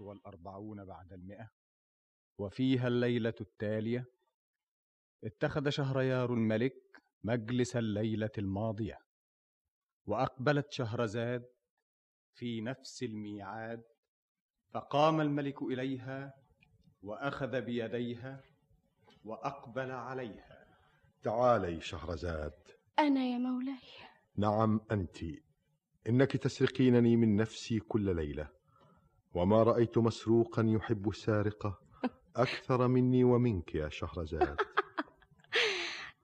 والأربعون بعد المئة وفيها الليلة التالية اتخذ شهريار الملك مجلس الليلة الماضية وأقبلت شهرزاد في نفس الميعاد فقام الملك إليها وأخذ بيديها وأقبل عليها تعالي شهرزاد أنا يا مولاي نعم انت انك تسرقينني من نفسي كل ليله وما رايت مسروقا يحب السارقه اكثر مني ومنك يا شهرزاد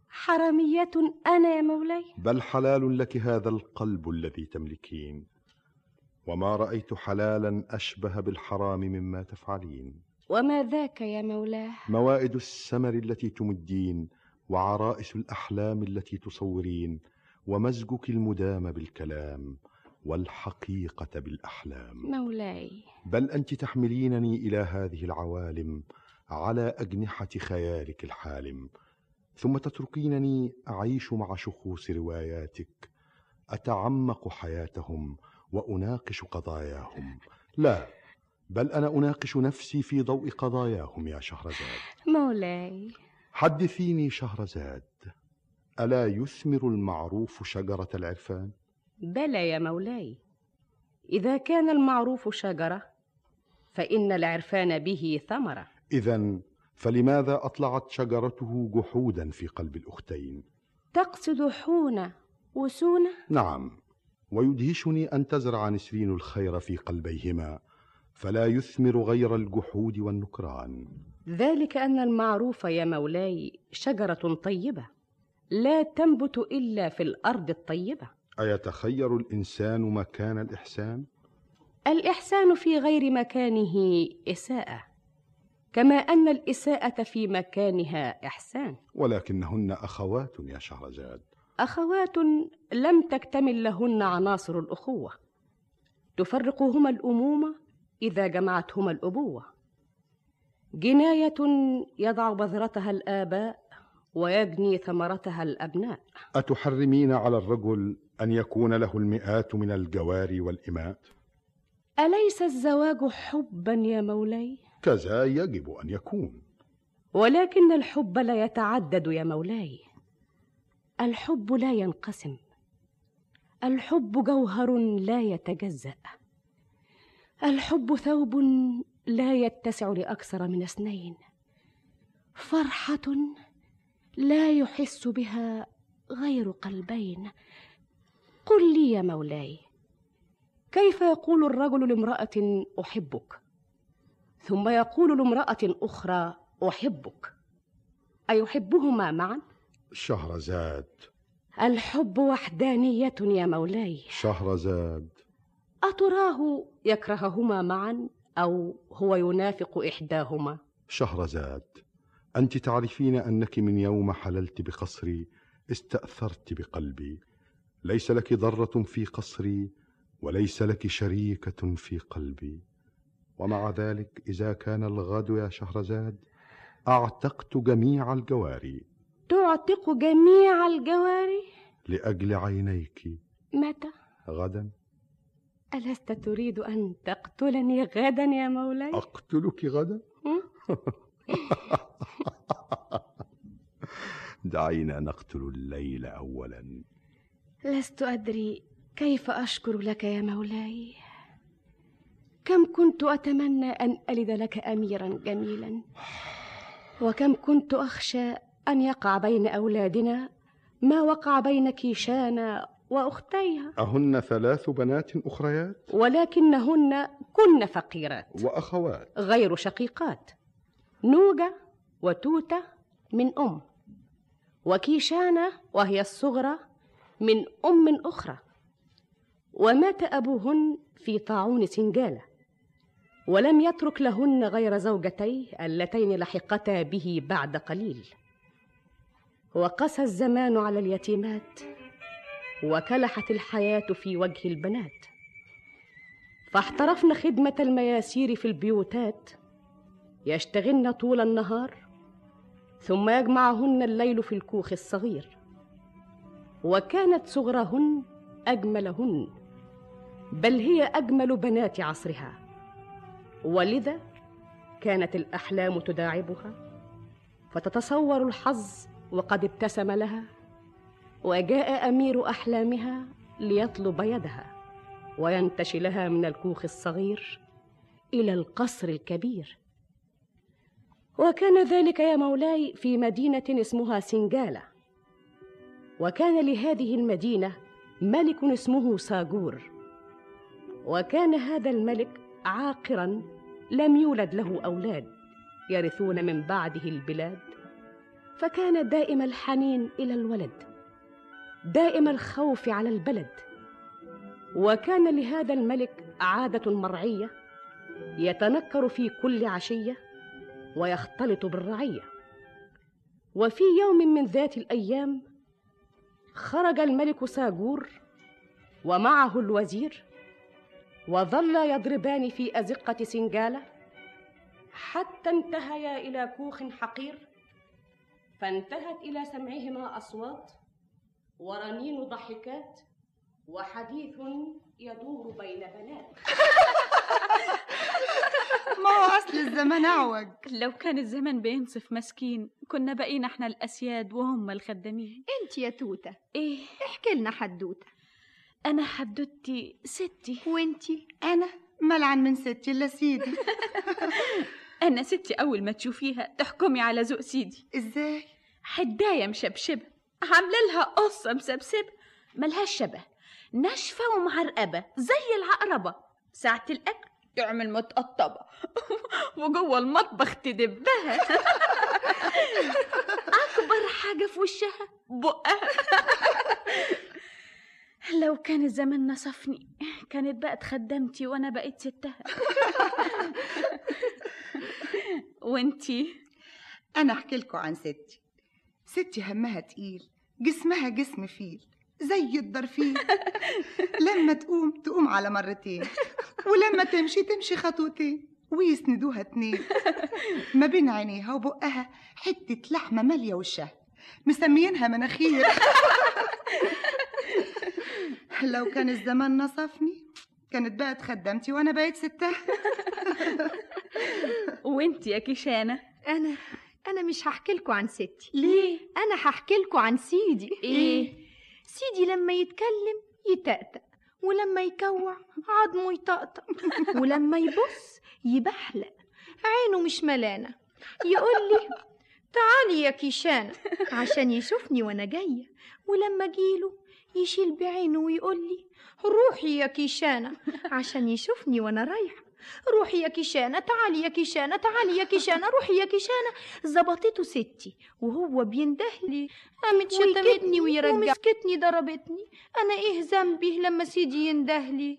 حرامية أنا يا مولاي بل حلال لك هذا القلب الذي تملكين وما رايت حلالا اشبه بالحرام مما تفعلين وما ذاك يا مولاه موائد السمر التي تمدين وعرائس الاحلام التي تصورين ومزجك المدام بالكلام والحقيقه بالاحلام مولاي بل انت تحملينني الى هذه العوالم على اجنحه خيالك الحالم ثم تتركينني اعيش مع شخوص رواياتك اتعمق حياتهم واناقش قضاياهم لا بل انا اناقش نفسي في ضوء قضاياهم يا شهرزاد مولاي حدثيني شهرزاد الا يثمر المعروف شجره العرفان بلى يا مولاي اذا كان المعروف شجره فان العرفان به ثمره اذا فلماذا اطلعت شجرته جحودا في قلب الاختين تقصد حونة وسونة نعم ويدهشني ان تزرع نسرين الخير في قلبيهما فلا يثمر غير الجحود والنكران ذلك ان المعروف يا مولاي شجره طيبه لا تنبت الا في الارض الطيبه ايتخير الانسان مكان الاحسان الاحسان في غير مكانه اساءه كما ان الاساءه في مكانها احسان ولكنهن اخوات يا شهرزاد اخوات لم تكتمل لهن عناصر الاخوه تفرقهما الامومه اذا جمعتهما الابوه جنايه يضع بذرتها الاباء ويجني ثمرتها الابناء اتحرمين على الرجل ان يكون له المئات من الجواري والاماء اليس الزواج حبا يا مولاي كذا يجب ان يكون ولكن الحب لا يتعدد يا مولاي الحب لا ينقسم الحب جوهر لا يتجزا الحب ثوب لا يتسع لاكثر من اثنين فرحه لا يحس بها غير قلبين قل لي يا مولاي كيف يقول الرجل لامراه احبك ثم يقول لامراه اخرى احبك ايحبهما معا شهرزاد الحب وحدانيه يا مولاي شهرزاد اتراه يكرههما معا او هو ينافق احداهما شهرزاد انت تعرفين انك من يوم حللت بقصري استاثرت بقلبي ليس لك ضره في قصري وليس لك شريكه في قلبي ومع ذلك اذا كان الغد يا شهرزاد اعتقت جميع الجواري تعتق جميع الجواري لاجل عينيك متى غدا ألست تريد أن تقتلني غدا يا مولاي اقتلك غدا م? دعينا نقتل الليل اولا لست أدري كيف أشكر لك يا مولاي كم كنت أتمنى أن ألد لك أميرا جميلا وكم كنت أخشى أن يقع بين أولادنا ما وقع بين كيشانا وأختيها اهن ثلاث بنات اخريات ولكنهن كن فقيرات واخوات غير شقيقات نوجة وتوتة من أم وكيشانة وهي الصغرى من أم أخرى ومات أبوهن في طاعون سنجالة ولم يترك لهن غير زوجتيه اللتين لحقتا به بعد قليل وقسى الزمان على اليتيمات وكلحت الحياة في وجه البنات فاحترفن خدمة المياسير في البيوتات يشتغلن طول النهار ثم يجمعهن الليل في الكوخ الصغير وكانت صغرهن اجملهن بل هي اجمل بنات عصرها ولذا كانت الاحلام تداعبها فتتصور الحظ وقد ابتسم لها وجاء امير احلامها ليطلب يدها وينتشلها من الكوخ الصغير الى القصر الكبير وكان ذلك يا مولاي في مدينه اسمها سنجاله وكان لهذه المدينه ملك اسمه ساجور وكان هذا الملك عاقرا لم يولد له اولاد يرثون من بعده البلاد فكان دائم الحنين الى الولد دائم الخوف على البلد وكان لهذا الملك عاده مرعيه يتنكر في كل عشيه ويختلط بالرعيه وفي يوم من ذات الايام خرج الملك ساجور ومعه الوزير وظلا يضربان في ازقه سنجاله حتى انتهيا الى كوخ حقير فانتهت الى سمعهما اصوات ورنين ضحكات وحديث يدور بين بنات ما هو أصل الزمن أعوج لو كان الزمن بينصف مسكين كنا بقينا احنا الأسياد وهم الخدامين أنت يا توتة ايه احكي لنا حدوتة أنا حدودتي ستي وأنت أنا ملعن من ستي إلا سيدي أنا ستي أول ما تشوفيها تحكمي على ذوق سيدي إزاي حداية مشبشبة عاملة لها قصة مسبسبة ملهاش شبه ناشفة ومعرقبة زي العقربة ساعة الأكل تعمل متقطبة وجوه المطبخ تدبها أكبر حاجة في وشها بقها لو كان الزمن نصفني كانت بقت خدامتي وأنا بقيت ستها وانتي أنا أحكي لكم عن ستي ستي همها تقيل جسمها جسم فيل زي الدرفيل لما تقوم تقوم على مرتين ولما تمشي تمشي خطوتين ويسندوها اتنين ما بين عينيها وبقها حتة لحمة مالية وشها مسميينها مناخير لو كان الزمان نصفني كانت بقت خدامتي وانا بقيت ستها وانتي يا كيشانة أنا أنا مش هحكي لكم عن ستي ليه؟ أنا هحكي لكم عن سيدي ايه؟ سيدي لما يتكلم يتأتأ ولما يكوع عضمه يطقطق ولما يبص يبحلق عينه مش ملانة يقول لي تعالي يا كيشانة عشان يشوفني وأنا جاية ولما جيله يشيل بعينه ويقول لي روحي يا كيشانة عشان يشوفني وأنا رايحة روحي يا كيشانة تعالي يا كيشانة تعالي يا كيشانة روحي يا كيشانة زبطته ستي وهو بيندهلي قامت شتمتني ويرجع ومسكتني ضربتني انا ايه ذنبي لما سيدي يندهلي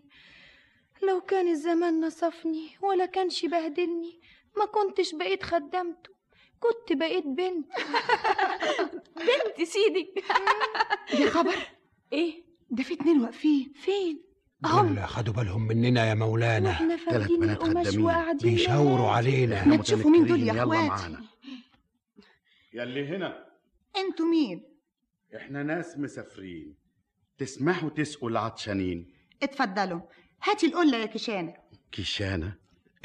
لو كان الزمان نصفني ولا كانش بهدلني ما كنتش بقيت خدمته كنت بقيت بنت انتي سيدي يا خبر إيه؟ ايه؟ ده في اتنين واقفين فين دول خدوا بالهم مننا يا مولانا واحنا فاردين بنات القماش خدامين وقاعدين بيشاوروا علينا ما تشوفوا مين دول يا اخواتي معانا يلي هنا انتوا مين احنا ناس مسافرين تسمحوا تسقوا العطشانين اتفضلوا هاتي القلة يا كشانة كيشانة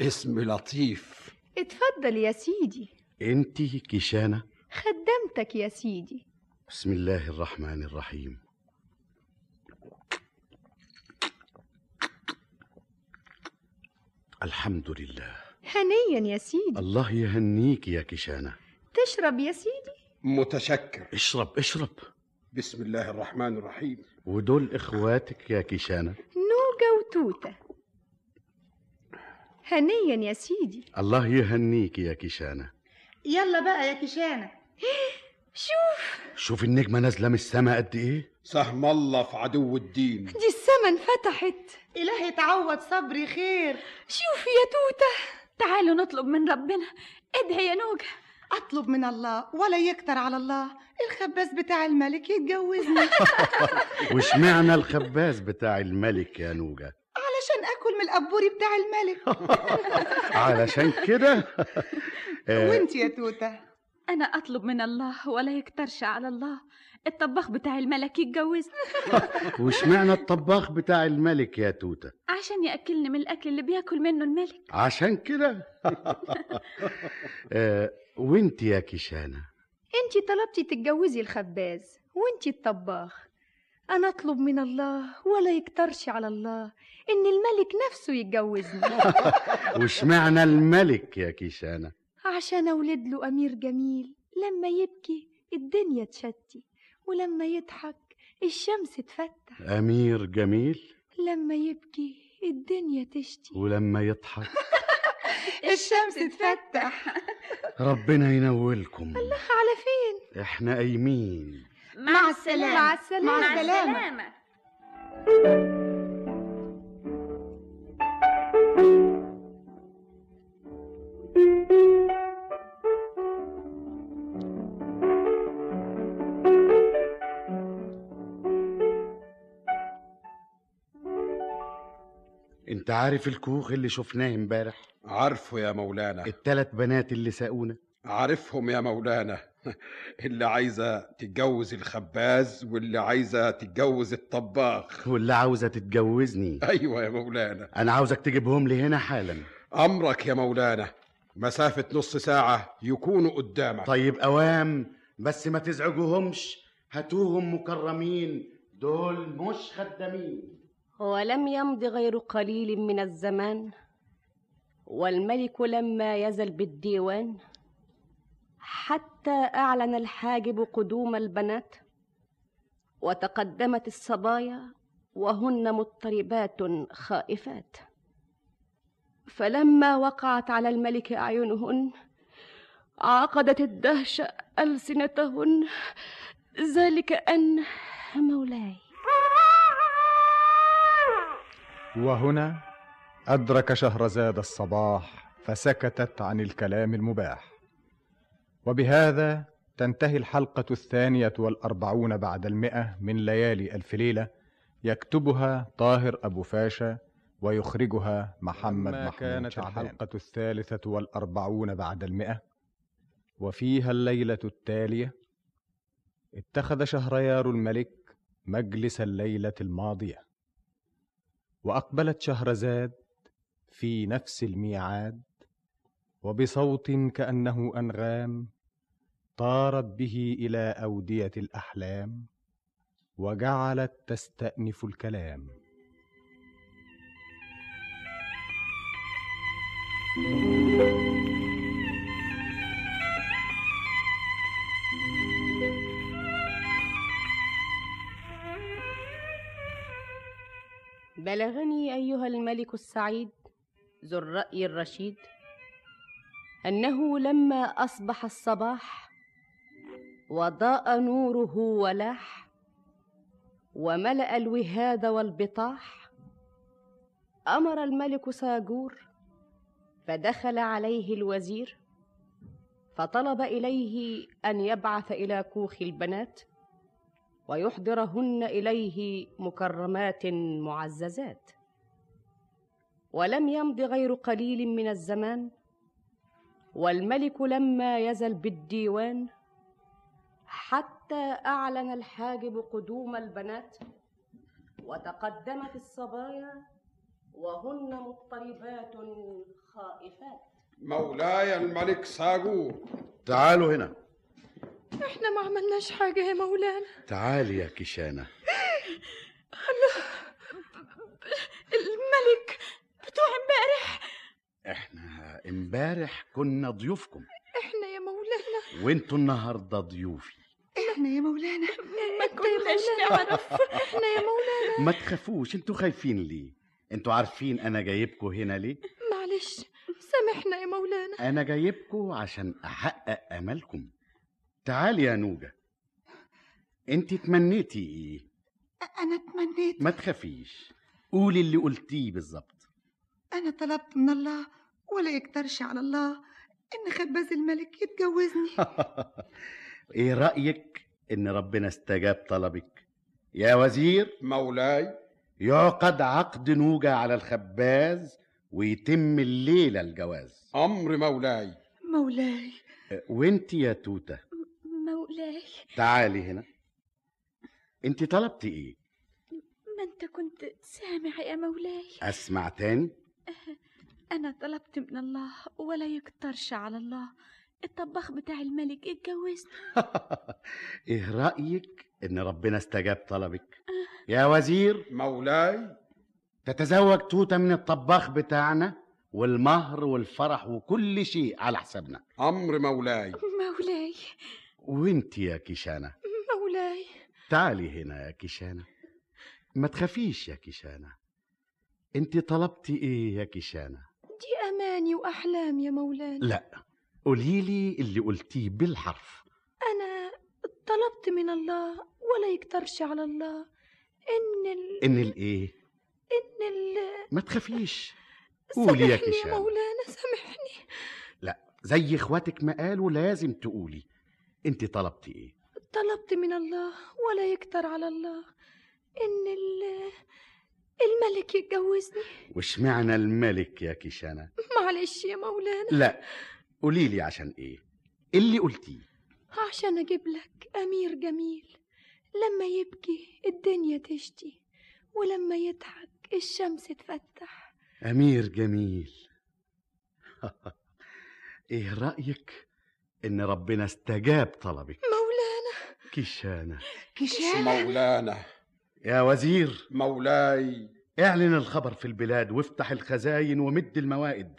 اسم لطيف اتفضل يا سيدي انتي كيشانة خدمتك يا سيدي بسم الله الرحمن الرحيم الحمد لله هنيا يا سيدي الله يهنيك يا كيشانة تشرب يا سيدي متشكر اشرب اشرب بسم الله الرحمن الرحيم ودول اخواتك يا كيشانة نوجة وتوتة هنيا يا سيدي الله يهنيك يا كيشانة يلا بقى يا كشانة شوف النجمة نازلة من السما قد ايه سهم الله في عدو الدين دي السما انفتحت إلهي تعوض صبري خير شوفي يا توتة تعالوا نطلب من ربنا ادعي يا نوجة أطلب من الله ولا يكتر على الله الخباز بتاع الملك يتجوزني وش معنى الخباز بتاع الملك يا نوجة علشان أكل من الأبوري بتاع الملك علشان كده آه، وانت يا توتة أنا أطلب من الله ولا يكترش على الله الطباخ بتاع الملك يتجوزني وشمعنا آه، الطباخ بتاع الملك يا توتة عشان ياكلني من الاكل اللي بياكل منه الملك عشان كده آه وانت يا كيشانة انت طلبتي تتجوزي الخباز وانت الطباخ انا اطلب من الله ولا يكترش على الله ان الملك نفسه يتجوزني وشمعنا الملك يا كيشانة عشان اولد له امير جميل لما يبكي الدنيا تشتي ولما يضحك الشمس تفتح أمير جميل لما يبكي الدنيا تشتي ولما يضحك الشمس تفتح ربنا ينولكم على فين احنا قايمين مع السلامه مع السلامه مع السلامة. انت عارف الكوخ اللي شفناه امبارح عارفه يا مولانا التلات بنات اللي ساقونا عارفهم يا مولانا اللي عايزة تتجوز الخباز واللي عايزة تتجوز الطباخ واللي عاوزة تتجوزني أيوة يا مولانا انا عاوزك تجيبهم لي هنا حالا أمرك يا مولانا مسافة نص ساعة يكونوا قدامك طيب اوام بس ما تزعجوهمش هاتوهم مكرمين دول مش خدامين ولم يمض غير قليل من الزمان والملك لما يزل بالديوان حتى اعلن الحاجب قدوم البنات وتقدمت الصبايا وهن مضطربات خائفات فلما وقعت على الملك اعينهن عقدت الدهشه السنتهن ذلك ان مولاي وهنا أدرك شهرزاد الصباح فسكتت عن الكلام المباح وبهذا تنتهي الحلقة الثانية والأربعون بعد المئة من ليالي ألف ليلة يكتبها طاهر أبو فاشا ويخرجها محمد محمود كانت الحلقة الثالثة والأربعون بعد المئة وفيها الليلة التالية اتخذ شهريار الملك مجلس الليلة الماضية واقبلت شهرزاد في نفس الميعاد وبصوت كانه انغام طارت به الى اوديه الاحلام وجعلت تستانف الكلام بلغني ايها الملك السعيد ذو الراي الرشيد انه لما اصبح الصباح وضاء نوره ولاح وملا الوهاد والبطاح امر الملك ساجور فدخل عليه الوزير فطلب اليه ان يبعث الى كوخ البنات ويحضرهن اليه مكرمات معززات ولم يمض غير قليل من الزمان والملك لما يزل بالديوان حتى اعلن الحاجب قدوم البنات وتقدمت الصبايا وهن مضطربات خائفات مولاي الملك ساجور تعالوا هنا احنا ما عملناش حاجه يا مولانا تعالي يا كيشانة الملك بتوع امبارح احنا امبارح كنا ضيوفكم احنا يا مولانا وانتوا النهارده ضيوفي احنا يا مولانا ما كناش نعرف احنا يا مولانا ما تخافوش انتوا خايفين ليه انتوا عارفين انا جايبكم هنا ليه معلش سامحنا يا مولانا انا جايبكم عشان احقق املكم تعالي يا نوجة انت تمنيتي ايه انا تمنيت ما تخافيش قولي اللي قلتيه بالظبط انا طلبت من الله ولا يكترش على الله ان خباز الملك يتجوزني ايه رايك ان ربنا استجاب طلبك يا وزير مولاي يعقد عقد نوجة على الخباز ويتم الليلة الجواز أمر مولاي مولاي وانت يا توتة مولاي تعالي هنا انت طلبتي ايه ما انت كنت سامع يا مولاي اسمع تاني انا طلبت من الله ولا يكترش على الله الطباخ بتاع الملك اتجوزني ايه رايك ان ربنا استجاب طلبك يا وزير مولاي تتزوج توته من الطباخ بتاعنا والمهر والفرح وكل شيء على حسابنا امر مولاي مولاي وانت يا كيشانه مولاي تعالي هنا يا كيشانه ما تخافيش يا كيشانه انت طلبتي ايه يا كيشانه دي أماني وأحلام يا مولاي لا قوليلي اللي قلتيه بالحرف أنا طلبت من الله ولا يكترش على الله إن ال... ان الايه إن ال... ما تخافيش قولي يا سامحني يا كيشانه مولانا سامحني لا زي اخواتك ما قالوا لازم تقولي انت طلبتي ايه طلبت من الله ولا يكتر على الله إن ال... الملك يتجوزني واشمعنى الملك يا كيشانه معلش يا مولانا لا قوليلي عشان ايه اللي قلتيه عشان أجيب لك أمير جميل لما يبكي الدنيا تشتي ولما يضحك الشمس تفتح أمير جميل إيه رأيك إن ربنا استجاب طلبك مولانا كيشانة مولانا يا وزير مولاي اعلن الخبر في البلاد وافتح الخزاين ومد الموائد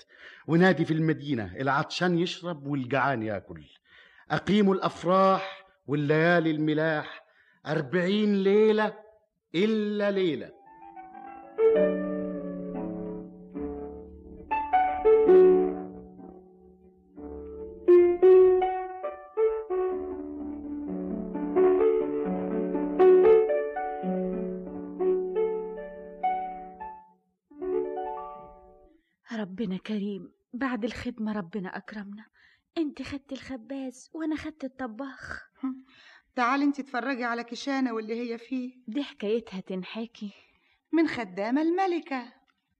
ونادي في المدينة العطشان يشرب والجعان ياكل أقيموا الأفراح والليالي الملاح أربعين ليلة إلا ليلة ربنا كريم بعد الخدمة ربنا أكرمنا انت خدت الخباز وانا خدت الطباخ تعالي انت اتفرجي على كشانة واللي هي فيه دي حكايتها تنحكي من خدامة الملكة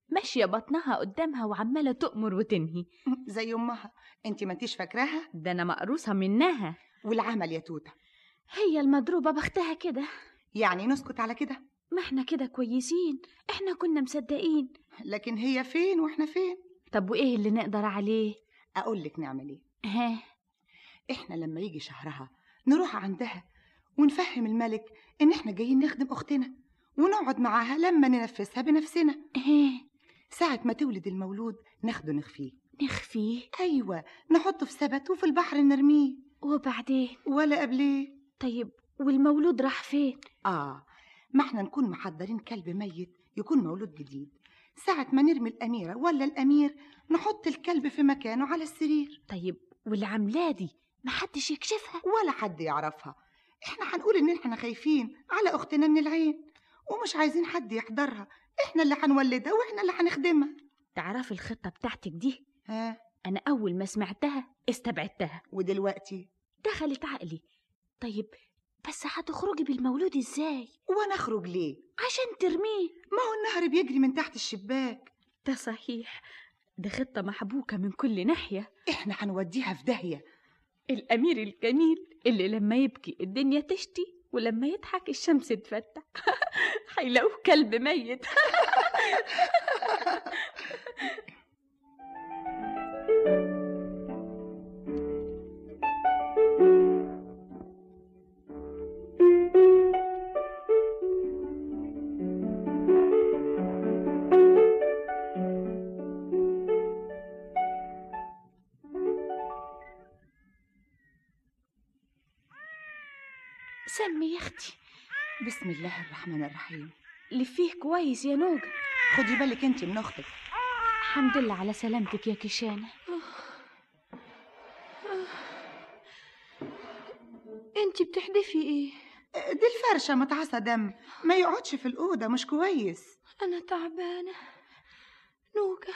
ماشية بطنها قدامها وعمالة تؤمر وتنهي زي أمها انت ما انتيش فاكراها ده أنا مقروصة منها والعمل يا توتة هي المضروبة بختها كده يعني نسكت على كده ما احنا كده كويسين احنا كنا مصدقين لكن هي فين واحنا فين طب وإيه اللي نقدر عليه؟ أقول لك نعمل ايه ها احنا لما يجي شهرها نروح عندها ونفهم الملك ان احنا جايين نخدم اختنا ونقعد معاها لما ننفذها بنفسنا ها ساعة ما تولد المولود ناخده نخفيه نخفيه ايوه نحطه في سبت وفي البحر نرميه وبعدين ولا قبليه طيب والمولود راح فين؟ اه ما احنا نكون محضرين كلب ميت يكون مولود جديد ساعة ما نرمي الأميرة ولا الأمير نحط الكلب في مكانه على السرير طيب واللي عاملاه دي محدش يكشفها ولا حد يعرفها احنا هنقول ان احنا خايفين على اختنا من العين ومش عايزين حد يحضرها احنا اللي هنولدها واحنا اللي هنخدمها تعرفي الخطة بتاعتك دي ها أنا أول ما سمعتها استبعدتها ودلوقتي دخلت عقلي طيب بس هتخرجي بالمولود ازاي وانا اخرج ليه عشان ترميه ما هو النهر بيجري من تحت الشباك ده صحيح ده خطة محبوكة من كل ناحية احنا هنوديها في داهية الأمير الجميل اللي لما يبكي الدنيا تشتي ولما يضحك الشمس تفتح هيلاقوه كلب ميت سمي يا أختي بسم الله الرحمن الرحيم اللي فيه كويس يا نوجة خدي بالك انت من اختك الحمد لله على سلامتك يا كيشانة انت بتحدفي ايه اه، دي الفرشة متعصى دم ما يقعدش في الأوضة مش كويس انا تعبانه نوكة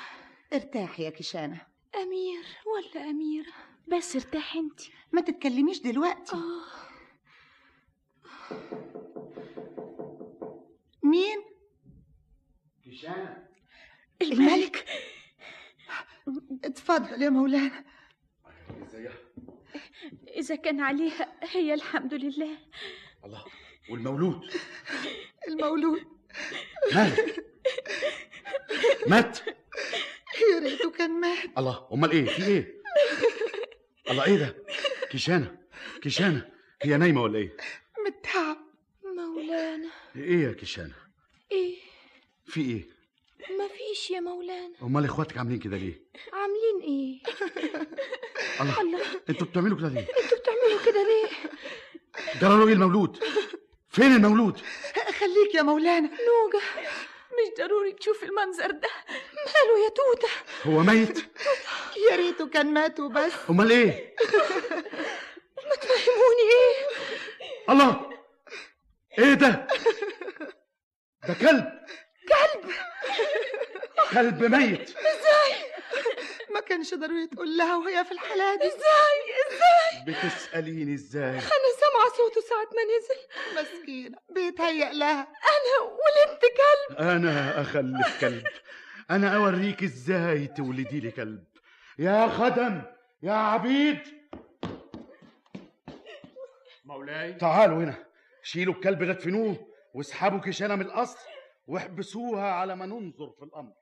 ارتاحي يا كيشانة امير ولا اميره بس ارتاحي انت ما تتكلميش دلوقتي آه، مين كيشانة الملك اتفضل يا مولانا ازيها إذا كان عليها هي الحمد لله الله والمولود المولود مات مات يا ريته كان مات الله امال ايه في ايه الله ايه ده كيشانه كيشانه هي نايمه ولا ايه من التعب مولانا ايه يا كيشانه ايه في ايه مفيش يا مولانا امال اخواتك عاملين كده ليه عاملين ايه الله انتوا بتعملوا كده ليه انتوا بتعملوا كده ليه جرالوا ايه المولود فين المولود خليك يا مولانا نوجة مش ضروري تشوف المنظر ده ماله يا توتة هو ميت يا ريته كان مات وبس امال ايه ما تفهموني ايه الله ايه ده ده كلب كلب كلب ميت ازاي ما كانش ضروري تقول لها وهي في الحالة دي ازاي ازاي بتساليني ازاي انا سامعة صوته ساعة ما نزل مسكينة بيتهيأ لها انا ولدت كلب انا اخلف كلب انا اوريك ازاي تولدي لي كلب يا خدم يا عبيد مولاي تعالوا هنا شيلوا الكلب ده دفنوه واسحبوا كيشانه من القصر واحبسوها على ما ننظر في الامر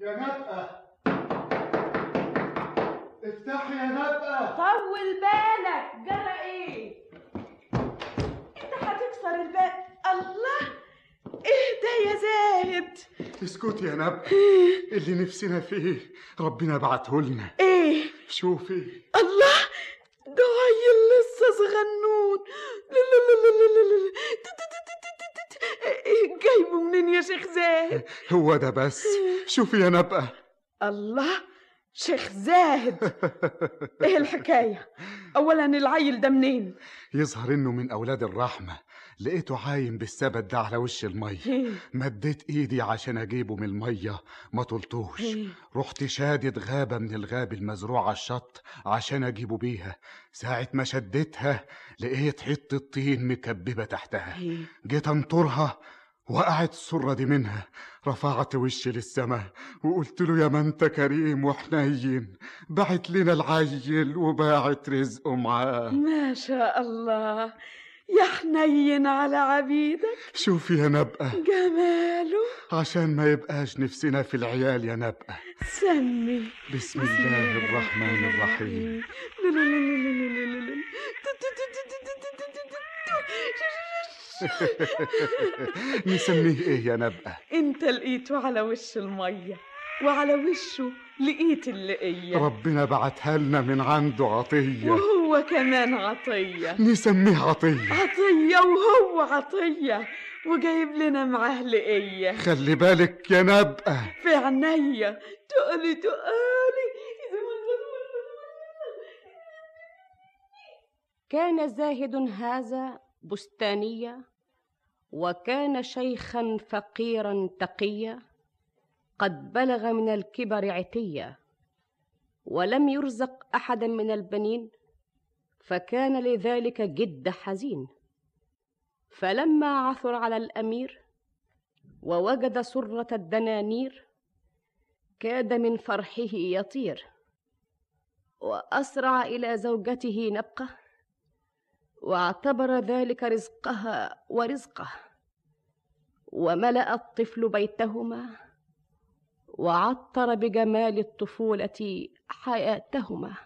يا نبقى افتحي يا نبقى طول بالك جرى ايه انت هتكسر الباب الله اهدى يا زاهد اسكتي يا نبقى اللي نفسنا فيه ربنا بعته لنا إيه؟ ايه شوفي الله ده عيل لسه صغنون لا لا لا لا لا لا لا. تي- تي- تي- تي- تي- تي- تي. إيه، جايبه منين يا شيخ زاهد هو ده بس شوفي يا نبقى الله شيخ زاهد ايه الحكايه اولا العيل ده منين يظهر انه من اولاد الرحمه لقيته عايم بالسبت ده على وش الميه مديت ايدي عشان اجيبه من الميه ما طلتوش رحت شادد غابه من الغاب المزروعه الشط عشان اجيبه بيها ساعه ما شدتها لقيت حته طين مكببه تحتها إيه. جيت انطرها وقعت السرة دي منها رفعت وشي للسما وقلت له يا ما انت كريم وحنين بعت لنا العيل وباعت رزقه معاه ما شاء الله يا حنين على عبيدك شوفي يا نبقى جماله عشان ما يبقاش نفسنا في العيال يا نبقى سمي بسم الله الرحمن الرحيم لا لا لا لا لا لا لا لا. تو- تو- تو- تو- تو- تو- تو- تو- تو- نسميه ايه يا نبقى انت لقيته على وش الميه وعلى وشه لقيت اللقيه ربنا بعتها لنا من عنده عطية وهو كمان عطيه نسميه عطية عطيه وهو عطيه وجايب لنا معاه لقيه خلي بالك يا نبقى في عينيا تقلي تقلي كان زاهد هذا بستانيا وكان شيخا فقيرا تقيا قد بلغ من الكبر عتيا ولم يرزق احدا من البنين فكان لذلك جد حزين فلما عثر على الامير ووجد سره الدنانير كاد من فرحه يطير واسرع الى زوجته نبقه واعتبر ذلك رزقها ورزقه وملا الطفل بيتهما وعطر بجمال الطفوله حياتهما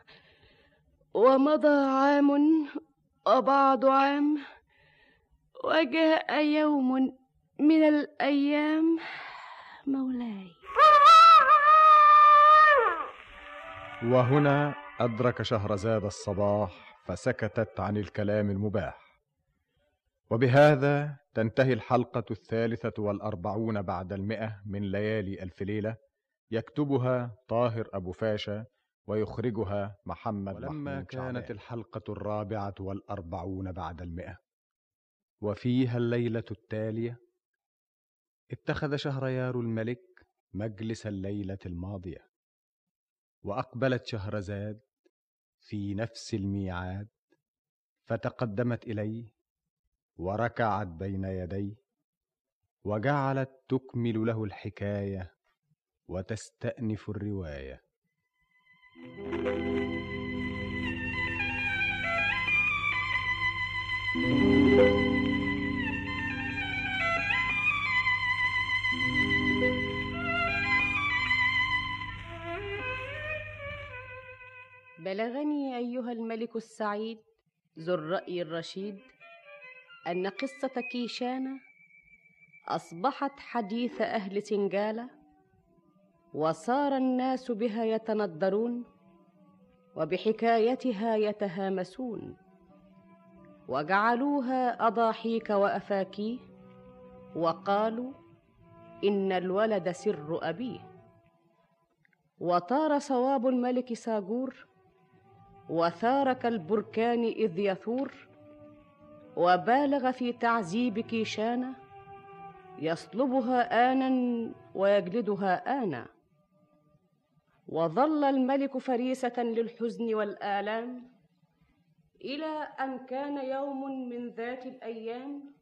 ومضى عام وبعد عام وجاء يوم من الايام مولاي وهنا أدرك شهرزاد الصباح فسكتت عن الكلام المباح وبهذا تنتهي الحلقة الثالثة والأربعون بعد المئة من ليالي ألف ليلة يكتبها طاهر أبو فاشا ويخرجها محمد ولما محمود شعبان. كانت الحلقة الرابعة والأربعون بعد المئة وفيها الليلة التالية اتخذ شهريار الملك مجلس الليلة الماضية واقبلت شهرزاد في نفس الميعاد فتقدمت اليه وركعت بين يديه وجعلت تكمل له الحكايه وتستانف الروايه بلغني أيها الملك السعيد ذو الرأي الرشيد أن قصة كيشانة أصبحت حديث أهل سنجالة وصار الناس بها يتندرون وبحكايتها يتهامسون وجعلوها أضاحيك وأفاكيه وقالوا إن الولد سر أبيه وطار صواب الملك ساجور وثار كالبركان إذ يثور وبالغ في تعذيب كيشانة يصلبها آنا ويجلدها آنا وظل الملك فريسة للحزن والآلام إلى أن كان يوم من ذات الأيام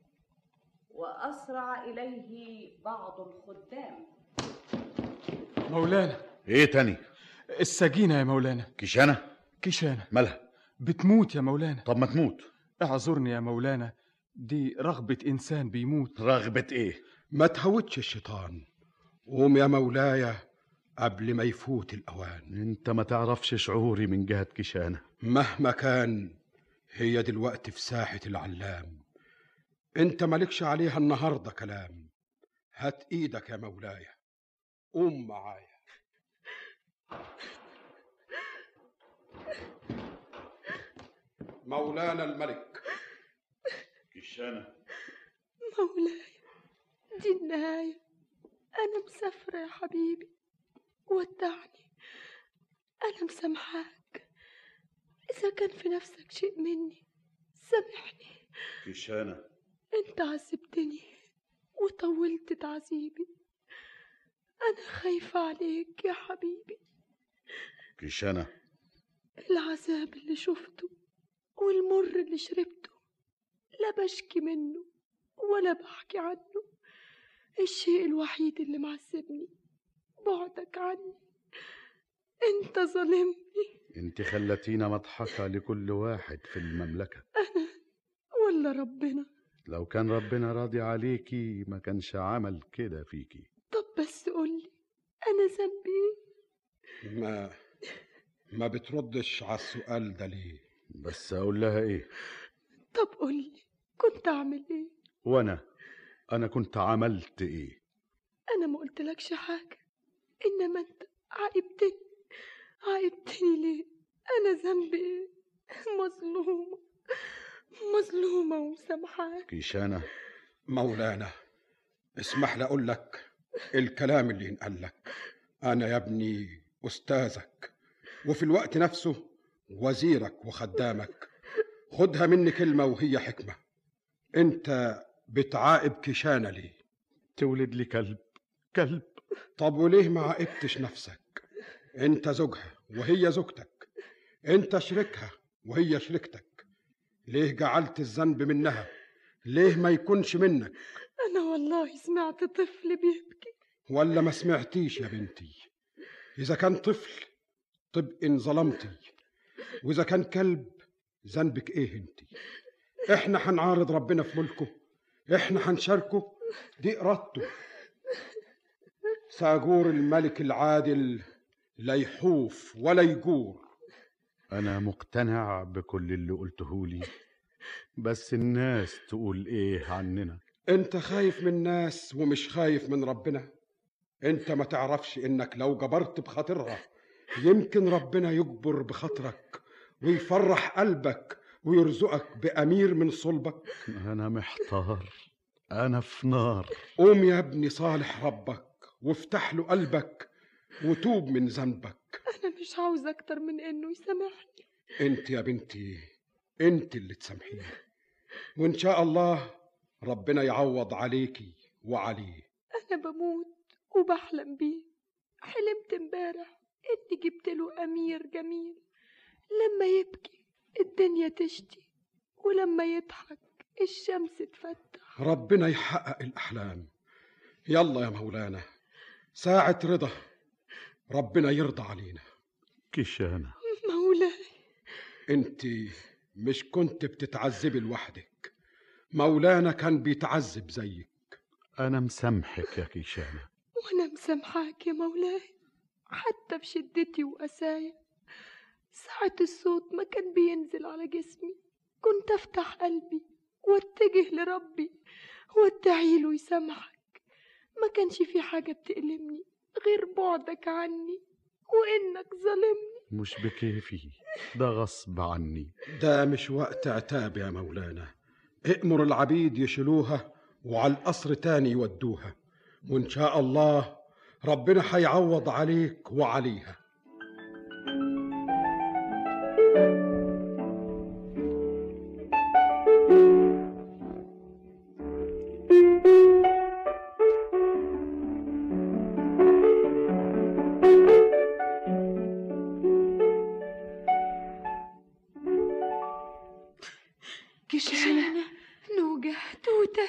وأسرع إليه بعض الخدام مولانا إيه ايه تاني السجينة يا مولانا كيشانة كيشانة مالها بتموت يا مولانا طب ما تموت اعذرني يا مولانا دي رغبة إنسان بيموت رغبة إيه؟ ما تهوتش الشيطان قوم يا مولاي قبل ما يفوت الأوان انت ما تعرفش شعوري من جهة كيشانة مهما كان هي دلوقتي في ساحة العلام انت مالكش عليها النهاردة كلام هات ايدك يا مولاي قوم معايا مولانا الملك كيشانة مولاي دي النهاية أنا مسافرة يا حبيبي ودعني أنا مسامحاك إذا كان في نفسك شيء مني سامحني كيشانة أنت عذبتني وطولت تعذيبي أنا خايفة عليك يا حبيبي كيشانة العذاب اللي شفته والمر اللي شربته لا بشكي منه ولا بحكي عنه الشيء الوحيد اللي معذبني بعدك عني انت ظالمني انت خلتينا مضحكة لكل واحد في المملكة انا ولا ربنا لو كان ربنا راضي عليكي ما كانش عمل كده فيكي طب بس قولي انا ذنبي ايه ما ما بتردش على السؤال ده ليه بس اقول لها ايه طب قولي كنت اعمل ايه وانا انا كنت عملت ايه انا ما قلتلكش حاجه انما انت عاقبتني عاقبتني ليه انا ذنبي ايه مظلومه مظلومه ومسامحاك كيشانة مولانا اسمح لي اقول لك الكلام اللي ينقال لك انا يا ابني استاذك وفي الوقت نفسه وزيرك وخدامك خدها مني كلمه وهي حكمه انت بتعاقب كيشانة ليه تولد لي كلب كلب طب وليه ما عاقبتش نفسك انت زوجها وهي زوجتك انت شريكها وهي شريكتك ليه جعلت الذنب منها ليه ما يكونش منك انا والله سمعت طفل بيبكي ولا ما سمعتيش يا بنتي اذا كان طفل طب ان ظلمتي واذا كان كلب ذنبك ايه انت احنا هنعارض ربنا في ملكه احنا هنشاركه دي ارادته ساجور الملك العادل لا يحوف ولا يجور انا مقتنع بكل اللي قلتهولي بس الناس تقول ايه عننا انت خايف من الناس ومش خايف من ربنا انت ما تعرفش انك لو جبرت بخاطرها يمكن ربنا يجبر بخاطرك ويفرح قلبك ويرزقك بأمير من صلبك انا محتار انا في نار قوم يا ابني صالح ربك وافتح له قلبك وتوب من ذنبك انا مش عاوزه اكتر من انه يسامحني انت يا بنتي انت اللي تسامحيه وان شاء الله ربنا يعوض عليكي وعليه انا بموت وبحلم بيه حلمت امبارح اني جبت له امير جميل لما يبكي الدنيا تشتي ولما يضحك الشمس تفتح ربنا يحقق الأحلام يلا يا مولانا ساعة رضا ربنا يرضى علينا كيشانة مولاي انت مش كنت بتتعذبي لوحدك مولانا كان بيتعذب زيك أنا مسامحك يا كيشانة وأنا مسامحاك يا مولاي حتى بشدتي وقسايا ساعة الصوت ما كان بينزل على جسمي كنت أفتح قلبي واتجه لربي وادعي له يسامحك ما كانش في حاجة بتألمني غير بعدك عني وإنك ظلمني مش بكيفي ده غصب عني ده مش وقت عتاب يا مولانا ائمر العبيد يشيلوها وعلى القصر تاني يودوها وإن شاء الله ربنا هيعوض عليك وعليها كشانة نوجة توتة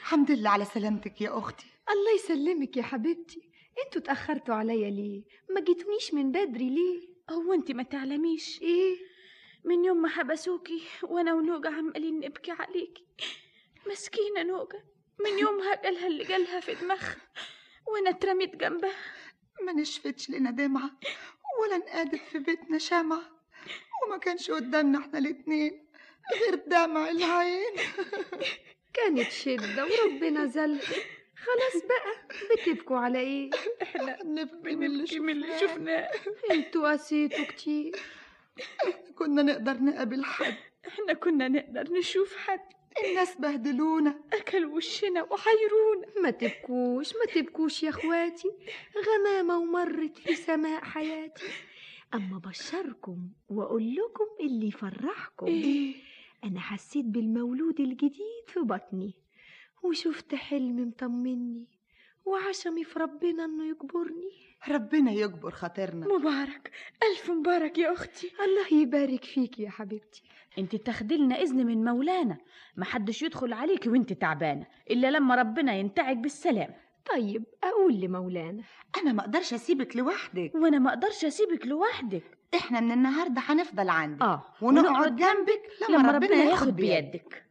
الحمد لله على سلامتك يا أختي الله يسلمك يا حبيبتي انتوا اتأخرتوا عليا ليه؟ ما جيتونيش من بدري ليه؟ هو انت ما تعلميش إيه؟ ايه؟ من يوم ما حبسوكي وانا ونوجة عمالين نبكي عليكي مسكينة نوجة من يومها جالها اللي جالها في دماغها وانا اترميت جنبها ما نشفتش لنا دمعة ولا انقادت في بيتنا شمعة وما كانش قدامنا احنا الاتنين غير دمع العين كانت شدة وربنا زل خلاص بقى بتبكوا على ايه؟ احنا بنبكي من اللي شفناه اللي شفناه انتوا قسيتوا كتير كنا نقدر نقابل حد احنا كنا نقدر نشوف حد الناس بهدلونا اكلوا وشنا وحيرونا ما تبكوش ما تبكوش يا اخواتي غمامة ومرت في سماء حياتي اما بشركم واقول لكم اللي يفرحكم إيه؟ انا حسيت بالمولود الجديد في بطني وشفت حلم مطمني وعشمي في ربنا انه يكبرني ربنا يكبر خاطرنا مبارك الف مبارك يا اختي الله يبارك فيك يا حبيبتي انت تاخدي لنا اذن من مولانا محدش يدخل عليكي وانت تعبانه الا لما ربنا ينتعك بالسلام طيب اقول لمولانا انا ما اقدرش اسيبك لوحدك وانا ما اقدرش اسيبك لوحدك احنا من النهارده هنفضل عندك اه ونقعد جنبك لما, لما ربنا ياخد بيدك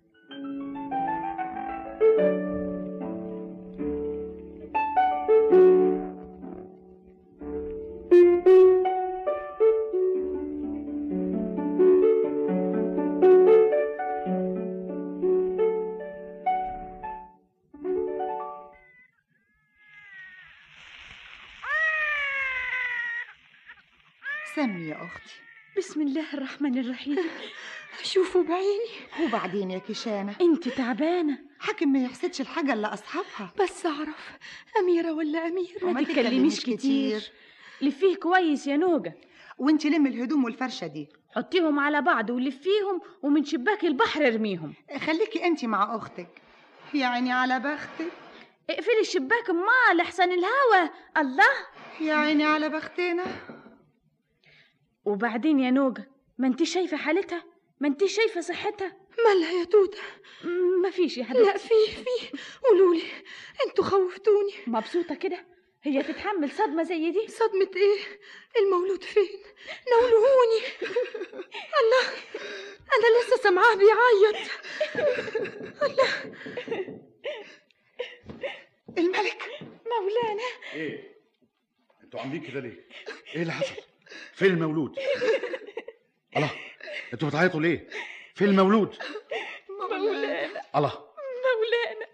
سمي يا اختي بسم الله الرحمن الرحيم شوفوا بعيني وبعدين يا كشانة انت تعبانة حاكم ما يحسدش الحاجة إلا أصحابها بس أعرف أميرة ولا أمير وما ما تتكلميش كتير لفيه كويس يا نوجة وانت لم الهدوم والفرشة دي حطيهم على بعض ولفيهم ومن شباك البحر ارميهم خليكي انت مع أختك يا عيني على بختك اقفلي الشباك امال احسن الهوا الله يا عيني يعني على بختنا وبعدين يا نوجة ما انت شايفة حالتها ما انت شايفة صحتها مالها يا توتة ما فيش يا حبيبتي لا في في قولولي انتوا خوفتوني مبسوطة كده هي تتحمل صدمة زي دي صدمة ايه المولود فين نولهوني الله انا لسه سامعاه بيعيط الله الملك مولانا ايه انتوا عاملين كده ليه ايه اللي حصل فين المولود الله انتوا بتعيطوا ليه فين المولود مولانا الله مولانا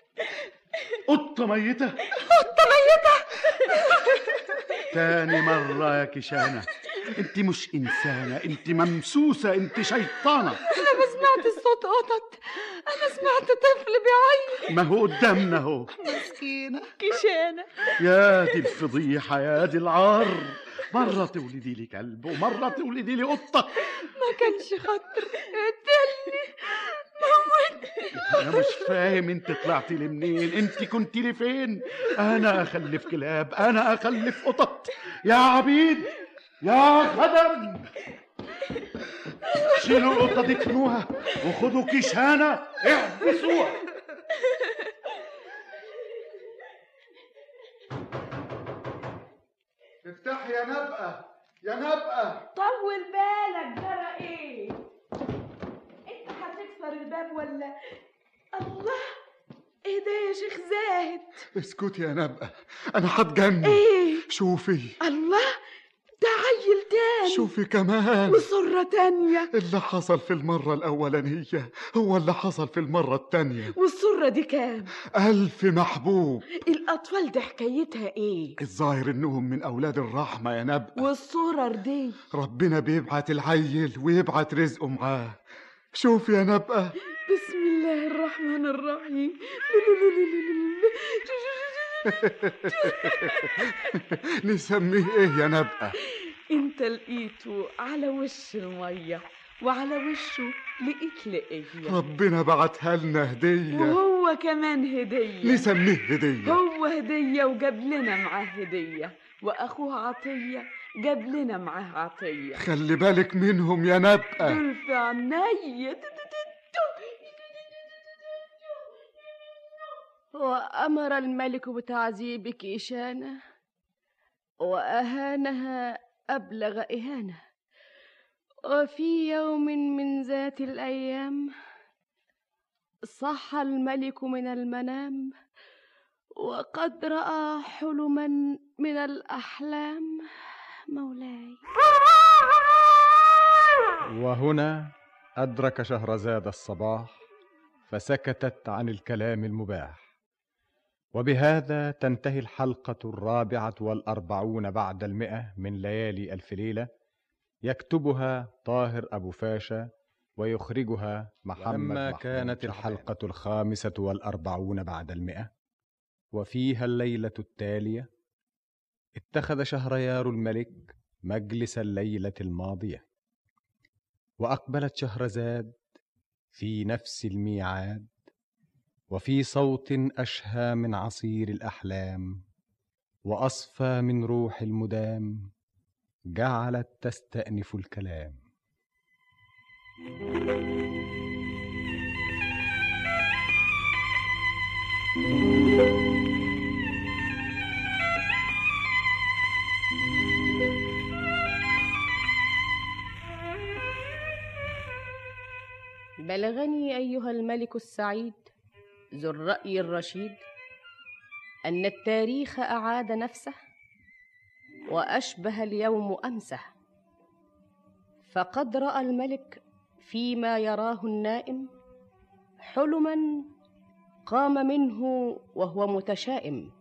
قطه ميته قطة ميتة تاني مرة يا كشانة انت مش انسانة انت ممسوسة انت شيطانة انا ما سمعت صوت قطط انا سمعت طفل بيعيط ما هو قدامنا اهو مسكينة كشانة يا دي الفضيحة يا دي العار مرة تولدي لي كلب ومرة تولدي لي قطة ما كانش خاطر قتلني موتني أنا مش فاهم أنت طلعتي لي منين أنت كنت لي فين أنا أخلف كلاب أنا أخلف قطط يا عبيد يا خدم شيلوا القطة دي كنوها وخدوا كيشانة احبسوها افتح يا نبقى يا نبقى طول بالك جرى ايه الباب ولا الله ايه ده يا شيخ زاهد اسكتي يا نبقى انا هتجنن ايه شوفي الله ده عيل تاني شوفي كمان وسرة تانية اللي حصل في المرة الأولانية هو اللي حصل في المرة التانية والسرة دي كام ألف محبوب الأطفال دي حكايتها ايه الظاهر إنهم من أولاد الرحمة يا نبقى والصورة دي ربنا بيبعت العيل ويبعت رزقه معاه شوفي يا نبقى بسم الله الرحمن الرحيم نسميه إيه يا نبقى انت لقيته على وش المية وعلى وشه لقيت لقية ربنا بعتها لنا هدية وهو كمان هدية نسميه هدية هو هدية وجاب لنا معاه هدية وأخوه عطية جاب لنا معاه عطية خلي بالك منهم يا نبقى دول في عينيا وأمر الملك بتعذيبك إشانة وأهانها أبلغ إهانة وفي يوم من ذات الأيام صح الملك من المنام وقد رأى حلما من الأحلام مولاي وهنا أدرك شهرزاد الصباح فسكتت عن الكلام المباح وبهذا تنتهي الحلقة الرابعة والأربعون بعد المئة من ليالي ألف ليلة يكتبها طاهر أبو فاشا ويخرجها محمد ولما محمود كانت شعبان. الحلقة الخامسة والأربعون بعد المئة وفيها الليلة التالية اتخذ شهريار الملك مجلس الليلة الماضية وأقبلت شهرزاد في نفس الميعاد وفي صوت اشهى من عصير الاحلام واصفى من روح المدام جعلت تستانف الكلام بلغني أيها الملك السعيد ذو الرأي الرشيد أن التاريخ أعاد نفسه وأشبه اليوم أمسه فقد رأى الملك فيما يراه النائم حلما قام منه وهو متشائم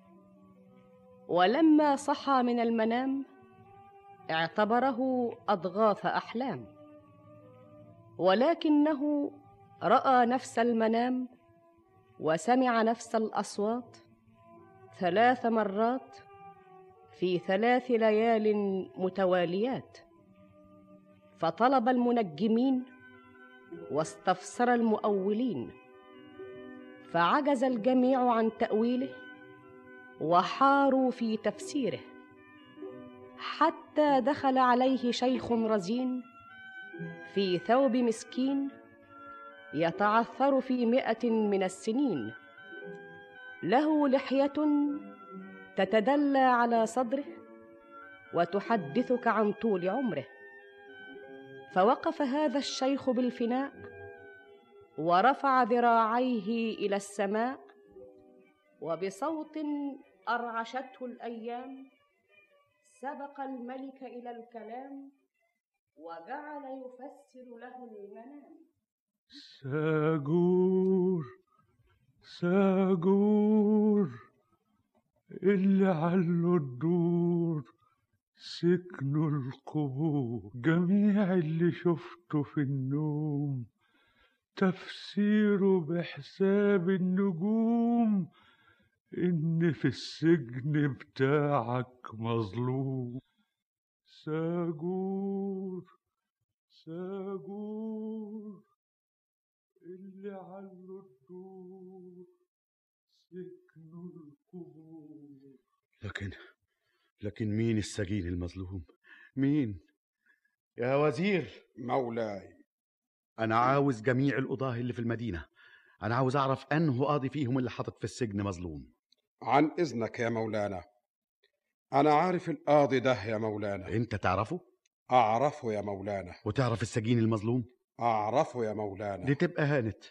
ولما صحى من المنام اعتبره أضغاث أحلام ولكنه راى نفس المنام وسمع نفس الاصوات ثلاث مرات في ثلاث ليال متواليات فطلب المنجمين واستفسر المؤولين فعجز الجميع عن تاويله وحاروا في تفسيره حتى دخل عليه شيخ رزين في ثوب مسكين يتعثر في مئة من السنين له لحية تتدلى على صدره وتحدثك عن طول عمره فوقف هذا الشيخ بالفناء ورفع ذراعيه إلى السماء وبصوت أرعشته الأيام سبق الملك إلى الكلام وجعل يفسر له المنام ساجور ساجور اللي عله الدور سكن القبور جميع اللي شفته في النوم تفسيره بحساب النجوم إن في السجن بتاعك مظلوم ساجور ساجور اللي عله الدور سكن القبور لكن لكن مين السجين المظلوم مين يا وزير مولاي انا عاوز جميع القضاه اللي في المدينه انا عاوز اعرف انه قاضي فيهم اللي حاطط في السجن مظلوم عن إذنك يا مولانا أنا عارف القاضي ده يا مولانا أنت تعرفه؟ أعرفه يا مولانا وتعرف السجين المظلوم أعرفه يا مولانا دي تبقى هانت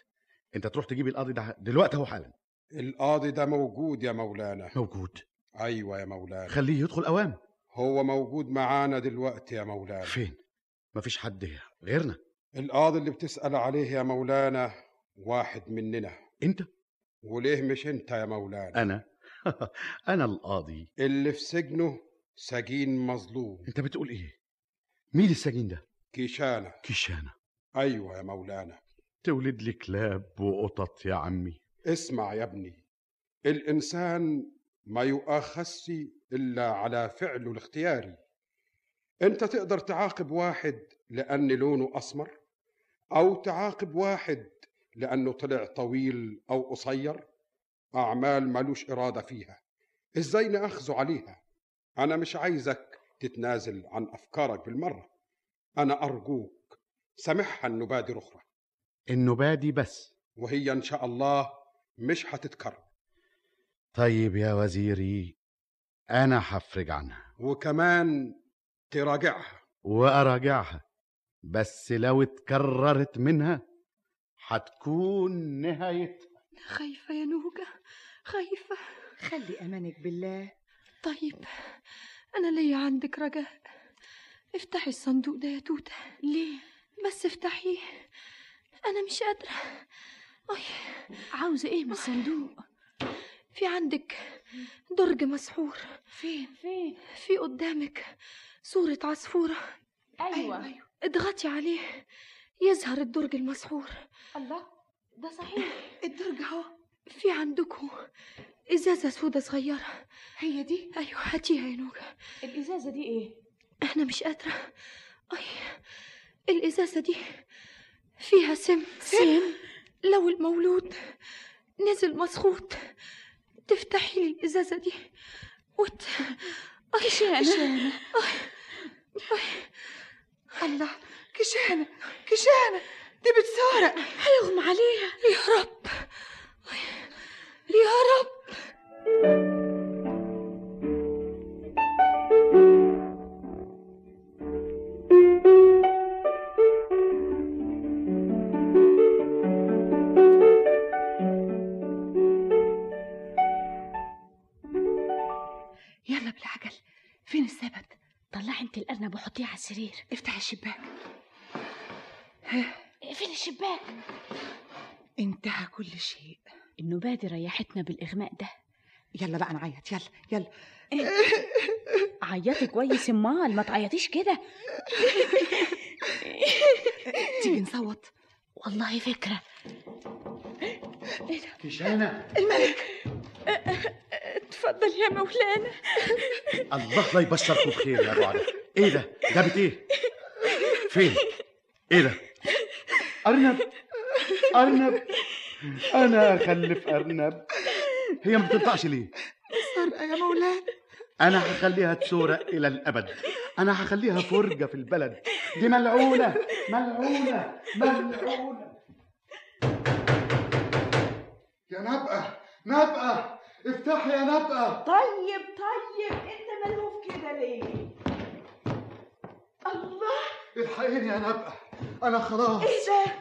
انت تروح تجيب القاضي ده دلوقتي اهو حالا القاضي ده موجود يا مولانا موجود أيوة يا مولانا خليه يدخل اوام هو موجود معانا دلوقتي يا مولانا فين؟ مفيش حد غيرنا القاضي اللي بتسأل عليه يا مولانا واحد مننا انت وليه مش انت يا مولانا انا انا القاضي اللي في سجنه سجين مظلوم انت بتقول ايه مين السجين ده كيشانة كيشانة أيوة يا مولانا تولد لي كلاب وقطط يا عمي اسمع يا ابني الإنسان ما يؤاخذش إلا على فعله الاختياري أنت تقدر تعاقب واحد لأن لونه أسمر أو تعاقب واحد لأنه طلع طويل أو قصير أعمال ملوش إرادة فيها إزاي نأخذه عليها أنا مش عايزك تتنازل عن أفكارك بالمرة أنا أرجوك سامحها النبادر أخرى النباة دي بس وهي إن شاء الله مش هتتكرر طيب يا وزيري انا هفرج عنها وكمان تراجعها واراجعها بس لو اتكررت منها هتكون نهايتها خايفة يا نوجة خايفة خلي أمانك بالله طيب أنا ليا عندك رجاء افتحي الصندوق ده يا توتة ليه؟ بس افتحيه أنا مش قادرة أي عاوزة إيه من الصندوق؟ في عندك درج مسحور فين؟ فين؟ في قدامك صورة عصفورة أيوة اضغطي عليه يظهر الدرج المسحور الله ده صحيح الدرج اهو في عندكم ازازة سودة صغيرة هي دي؟ ايوه هاتيها يا نوجة الإزازة دي إيه؟ انا مش قادرة أي الإزازة دي فيها سم سم؟ لو المولود نزل مسخوط تفتحي لي الإزازة دي وت كشانة كشانة الله كشانة كشانة دي بتسارق هيغمى عليها يا رب يا رب يلا بالعجل فين السبت طلعي أنت الأرنب وحطيه على السرير افتح الشباك ها فين الشباك؟ انتهى كل شيء النباة دي ريحتنا بالإغماء ده إيه؟ يلا بقى نعيط يلا يلا عيطي كويس امال ما تعيطيش كده تيجي نصوت والله فكرة كيشانة الملك اتفضل يا مولانا الله لا يبشركم بخير يا ابو علي ايه ده جابت ايه فين ايه ده ارنب ارنب انا اخلف ارنب هي ما بتنطقش ليه سارقة يا مولانا انا هخليها تسورق الى الابد انا هخليها فرجه في البلد دي ملعونه ملعونه ملعونه يا نبقى نبقى افتحي يا نبقى طيب طيب انت ملهوف كده ليه الله الحقيني يا نبقى انا خلاص إيه ايه ده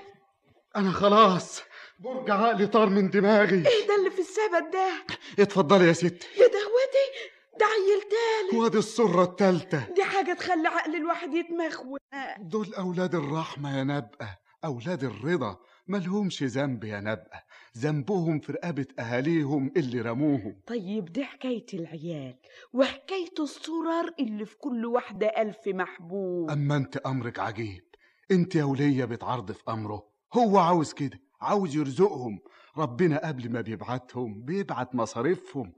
انا خلاص برج عقلي طار من دماغي ايه ده اللي في السبت ده اتفضلي يا ستي يا دهوتي ده عيل تالت وادي السره التالته دي حاجه تخلي عقل الواحد يتمخوق دول اولاد الرحمه يا نبقى اولاد الرضا ملهمش ذنب يا نبقى ذنبهم في رقبه اهاليهم اللي رموهم طيب دي حكاية العيال وحكاية الصرر اللي في كل واحدة ألف محبوب اما انت امرك عجيب انت يا وليه بتعرض في امره هو عاوز كده عاوز يرزقهم ربنا قبل ما بيبعتهم بيبعت مصاريفهم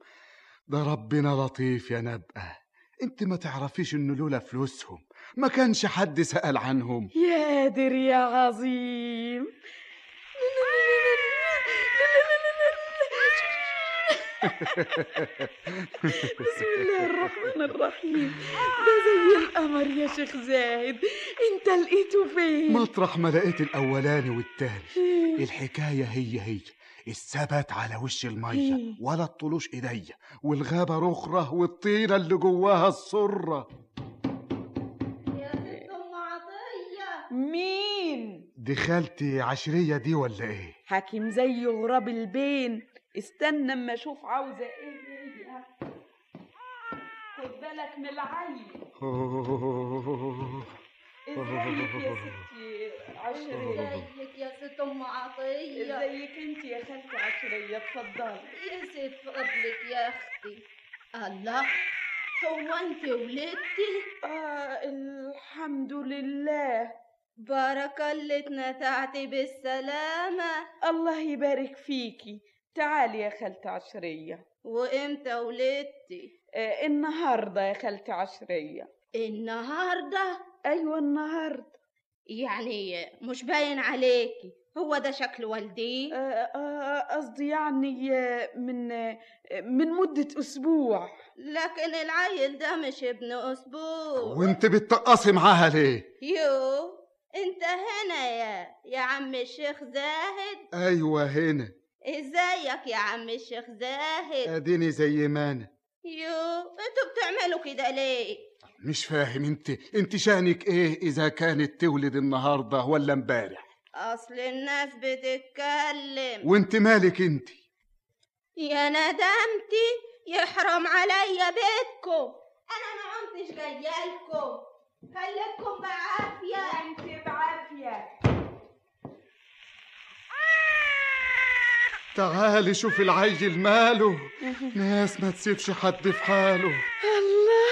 ده ربنا لطيف يا نبقى انت ما تعرفيش انه لولا فلوسهم ما كانش حد سأل عنهم يا قادر يا عظيم بسم الله الرحمن الرحيم ده زي القمر يا شيخ زاهد انت لقيته فين مطرح ما لقيت الاولاني والتاني الحكايه هي هي الثبت على وش الميه ولا الطلوش ايديا والغابه رخره والطينه اللي جواها السره يا ست ام عطيه مين دي خالتي عشرية دي ولا ايه؟ حكيم زي غراب البين استنى اما اشوف عاوزه ايه هي. خد بالك من العيل ازيك يا ستي عشرية ازيك يا ست ام عطيه ازيك انت يا خالتي عشرية اتفضلي يا ست إيه فضلك يا اختي الله هو انت ولدتي آه الحمد لله بارك اللي اتنتعتي بالسلامه الله يبارك فيكي تعالي يا خالتي عشرية وامتى ولدتي آه النهاردة يا خالتي عشرية النهارده ايوه النهارده يعني مش باين عليكي هو ده شكل والدي آه، آه، قصدي يعني آه، من آه، من مدة أسبوع لكن العيل ده مش ابن اسبوع وانت بتطقصي معاها ليه؟ يو انت هنا يا يا عم الشيخ زاهد ايوه هنا ازيك يا عم الشيخ زاهد اديني زي ما انا يو انتوا بتعملوا كده ليه مش فاهم انت انت شانك ايه اذا كانت تولد النهارده ولا امبارح اصل الناس بتتكلم وانت مالك انت يا ندمتي يحرم عليا بيتكم انا ما عمتش جايالكم خليكم بعافيه انت بعافيه تعالي شوف العيل ماله ناس ما تسيبش حد في حاله الله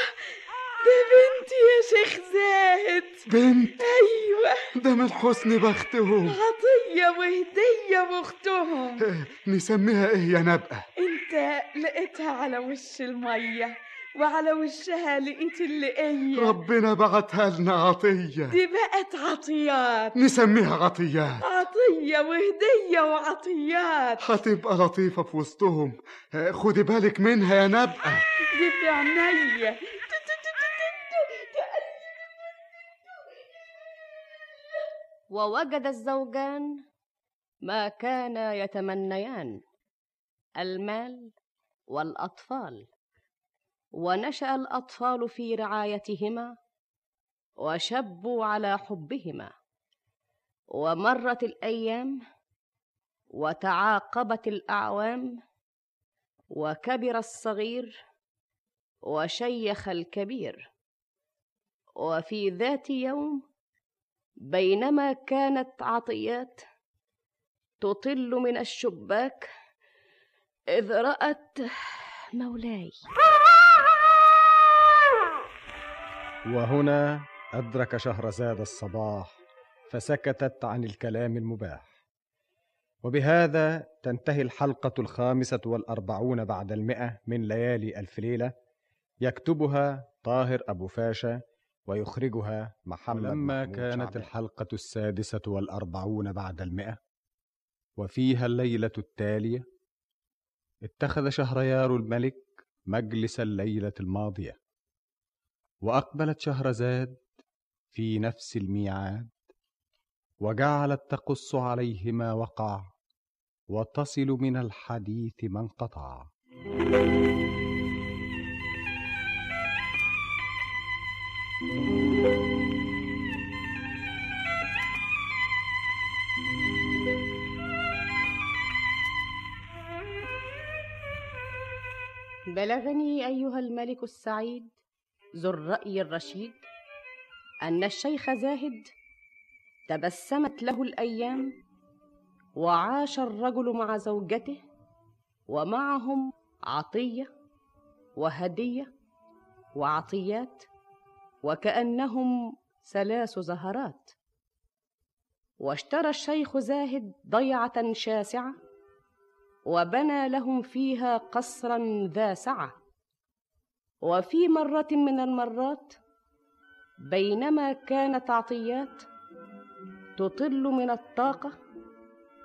ده بنتي يا شيخ زاهد بنت ايوه ده من حسن بختهم عطية وهدية واختهم نسميها ايه يا نبقى انت لقيتها على وش المية وعلى وشها لقيت اللقية ربنا بعتها لنا عطية دي بقت عطيات نسميها عطيات عطية وهدية وعطيات هتبقى لطيفة في وسطهم آه، خدي بالك منها يا نبقى دي في عينيا ووجد الزوجان ما كانا يتمنيان المال والاطفال ونشا الاطفال في رعايتهما وشبوا على حبهما ومرت الايام وتعاقبت الاعوام وكبر الصغير وشيخ الكبير وفي ذات يوم بينما كانت عطيات تطل من الشباك اذ رات مولاي وهنا أدرك شهرزاد الصباح فسكتت عن الكلام المباح وبهذا تنتهي الحلقة الخامسة والأربعون بعد المئة من ليالي ألف ليلة يكتبها طاهر أبو فاشا ويخرجها محمد ولما محمود كانت شعبان. الحلقة السادسة والأربعون بعد المئة وفيها الليلة التالية اتخذ شهريار الملك مجلس الليلة الماضية وأقبلت شهرزاد في نفس الميعاد وجعلت تقص عليه ما وقع وتصل من الحديث ما انقطع بلغني ايها الملك السعيد ذو الراي الرشيد ان الشيخ زاهد تبسمت له الايام وعاش الرجل مع زوجته ومعهم عطيه وهديه وعطيات وكانهم ثلاث زهرات واشترى الشيخ زاهد ضيعه شاسعه وبنى لهم فيها قصرا ذا سعه وفي مره من المرات بينما كانت عطيات تطل من الطاقه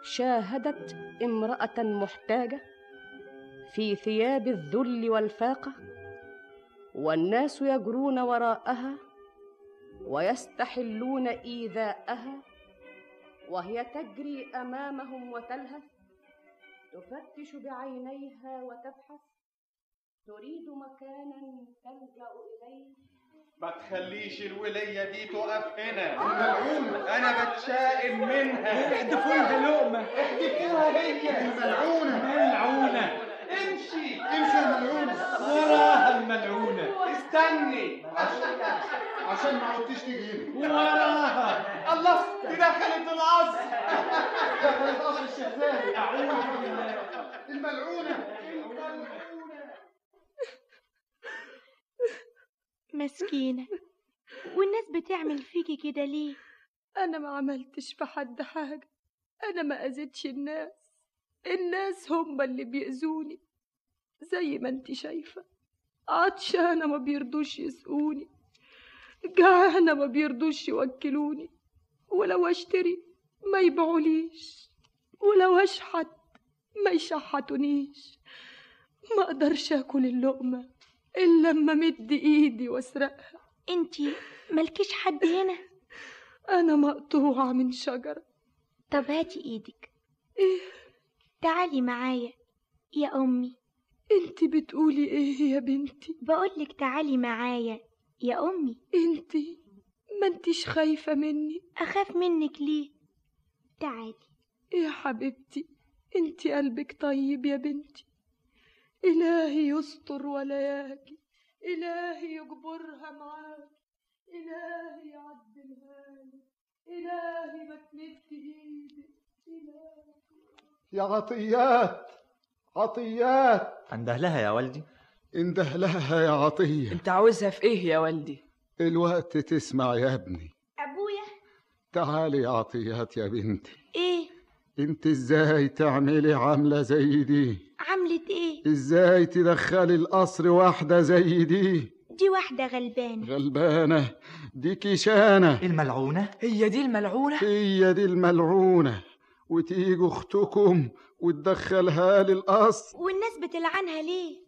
شاهدت امراه محتاجه في ثياب الذل والفاقه والناس يجرون وراءها ويستحلون ايذاءها وهي تجري امامهم وتلهث تفتش بعينيها وتبحث تريد مكانا تلجا اليه ما تخليش الولية دي تقف هنا الملعونة أنا بتشائم منها احدفوها لقمة. احدفوها هي الملعونة ملعونة. امشي امشي يا ملعونة وراها الملعونة استني عشان عشان ما عودتيش تيجي هنا وراها. الله دي دخلت القصر دخلت قصر الشهزاد أعوذ بالله الملعونة مسكينة والناس بتعمل فيكي كده ليه؟ أنا ما عملتش في حد حاجة أنا ما أذيتش الناس الناس هم اللي بيأذوني زي ما انت شايفة عطشانة ما بيرضوش يسقوني جعانة ما بيرضوش يوكلوني ولو أشتري ما يبيعوليش ولو أشحت ما يشحتونيش ما أقدرش آكل اللقمة إلا لما مد إيدي وأسرقها انتي ملكيش حد هنا أنا مقطوعة من شجرة إيه؟ طب هاتي ايدك تعالي معايا يا أمي انتي بتقولي ايه يا بنتي بقولك تعالي معايا يا أمي انتي ما انتيش خايفة مني أخاف منك ليه تعالي يا حبيبتي انتي قلبك طيب يا بنتي إلهي يستر ولا ياكي إلهي يجبرها معاك إلهي يعدلها لك إلهي ما تمد إيدك إلهي يا عطيات عطيات انده لها يا والدي انده لها يا عطية انت عاوزها في ايه يا والدي الوقت تسمع يا ابني أبويا تعالي يا عطيات يا بنتي إيه انت ازاي تعملي عاملة زي دي عملت إيه ازاي تدخلي القصر واحدة زي دي دي واحدة غلبانة غلبانة دي كيشانة الملعونة هي دي الملعونة هي دي الملعونة وتيجوا اختكم وتدخلها لي القصر والناس بتلعنها ليه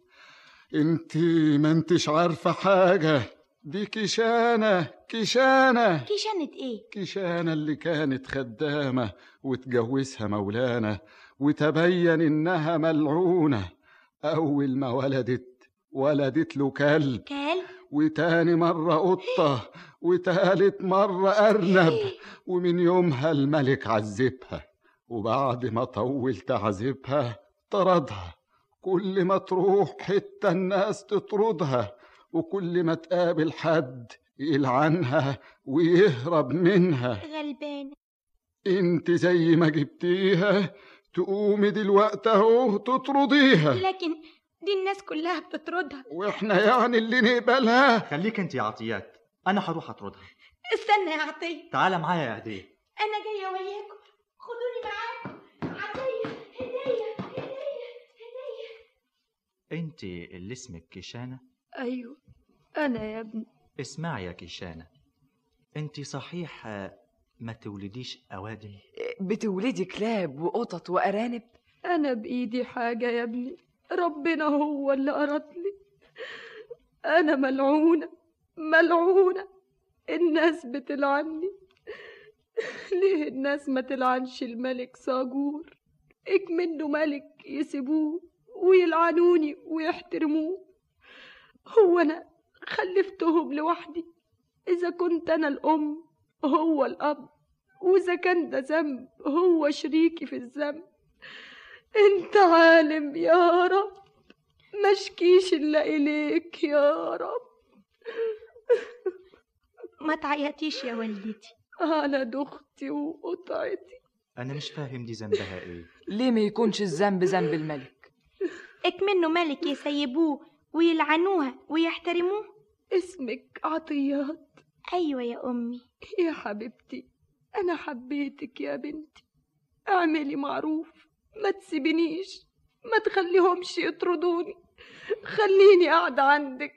انت ما انتش عارفة حاجة دي كيشانة كيشانة كيشانة إيه كيشانة اللي كانت خدامة وتجوزها مولانا وتبين إنها ملعونة أول ما ولدت ولدت له كلب كلب وتاني مرة قطة وتالت مرة أرنب ومن يومها الملك عذبها وبعد ما طول تعذبها طردها كل ما تروح حتة الناس تطردها وكل ما تقابل حد يلعنها ويهرب منها غلبانة انت زي ما جبتيها تقومي دلوقتي اهو تطرديها لكن دي الناس كلها بتطردها واحنا يعني اللي نقبلها خليك انت يا عطيات انا هروح اطردها استنى يا عطية تعال معايا يا هديه أنا جاية وياكم خدوني معاكم عطية هدية هدية هدية انت اللي اسمك كيشانة أيوه، أيوة أنا يا ابني اسمعي يا كيشانة انت صحيح آه، ما تولديش اوادم إيه، بتولدي كلاب وقطط وأرانب أنا بإيدي حاجة يا ابني ربنا هو اللي أراد لي أنا ملعونة ملعونة الناس بتلعني ليه الناس ما تلعنش الملك صاجور اكمنه ملك يسيبوه ويلعنوني ويحترموه هو أنا خلفتهم لوحدي إذا كنت أنا الأم هو الأب وإذا كان ده ذنب هو شريكي في الذنب أنت عالم يا رب مشكيش إلا إليك يا رب ما تعيطيش يا والدتي أنا دختي وقطعتي انا مش فاهم دي ذنبها ايه ليه ما يكونش الذنب ذنب الملك اكمنه ملك يسيبوه ويلعنوها ويحترموه اسمك عطيات أيوة يا أمي يا حبيبتي أنا حبيتك يا بنتي اعملي معروف ما تسيبنيش ما تخليهمش يطردوني خليني قاعدة عندك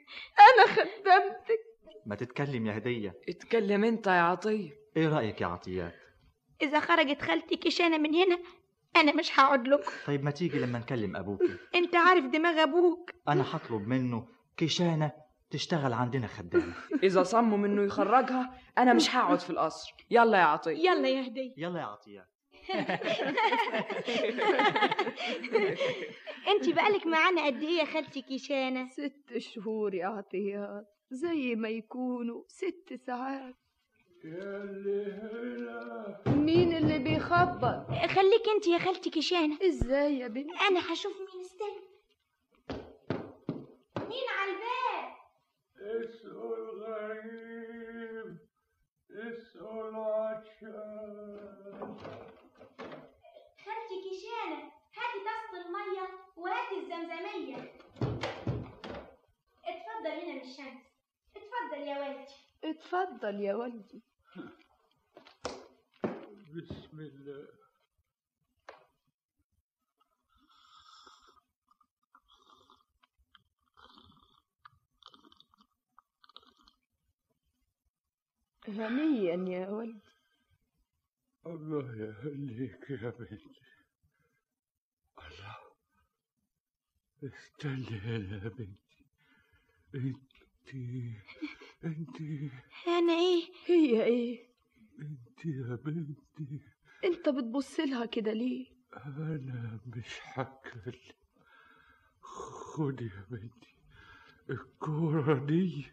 أنا خدمتك ما تتكلم يا هديه اتكلم انت يا عطية ايه رايك يا عطيات إذا خرجت خالتي كشانة من هنا أنا مش هقعد لكم طيب ما تيجي لما نكلم ابوك أنت عارف دماغ أبوك انا هطلب منه كيشانه تشتغل عندنا خدامه إذا صمم إنه يخرجها أنا مش هقعد في القصر يلا يا عطية يلا يا هدية يلا يا عطيات أنت بقالك معانا قد إيه يا خالتي كيشانة ست شهور يا عطيات زي ما يكونوا ست ساعات مين اللي بيخبط خليك انت يا خالتي كشانة ازاي يا بنت انا هشوف مين استنى مين على الباب اسأل غريب اسأل عشان خالتي كشانة هاتي طاسة المية وهاتي الزمزمية اتفضل هنا من الشمس اتفضل يا والدي اتفضل يا ولدي بسم الله هنيئا يا ولدي الله يهنيك يا بنتي الله استني هنا يا بنتي انتي انتي انا ايه هي ايه انتي يا بنتي انت بتبص لها كده ليه انا مش هتكلم خدي يا بنتي الكورة دي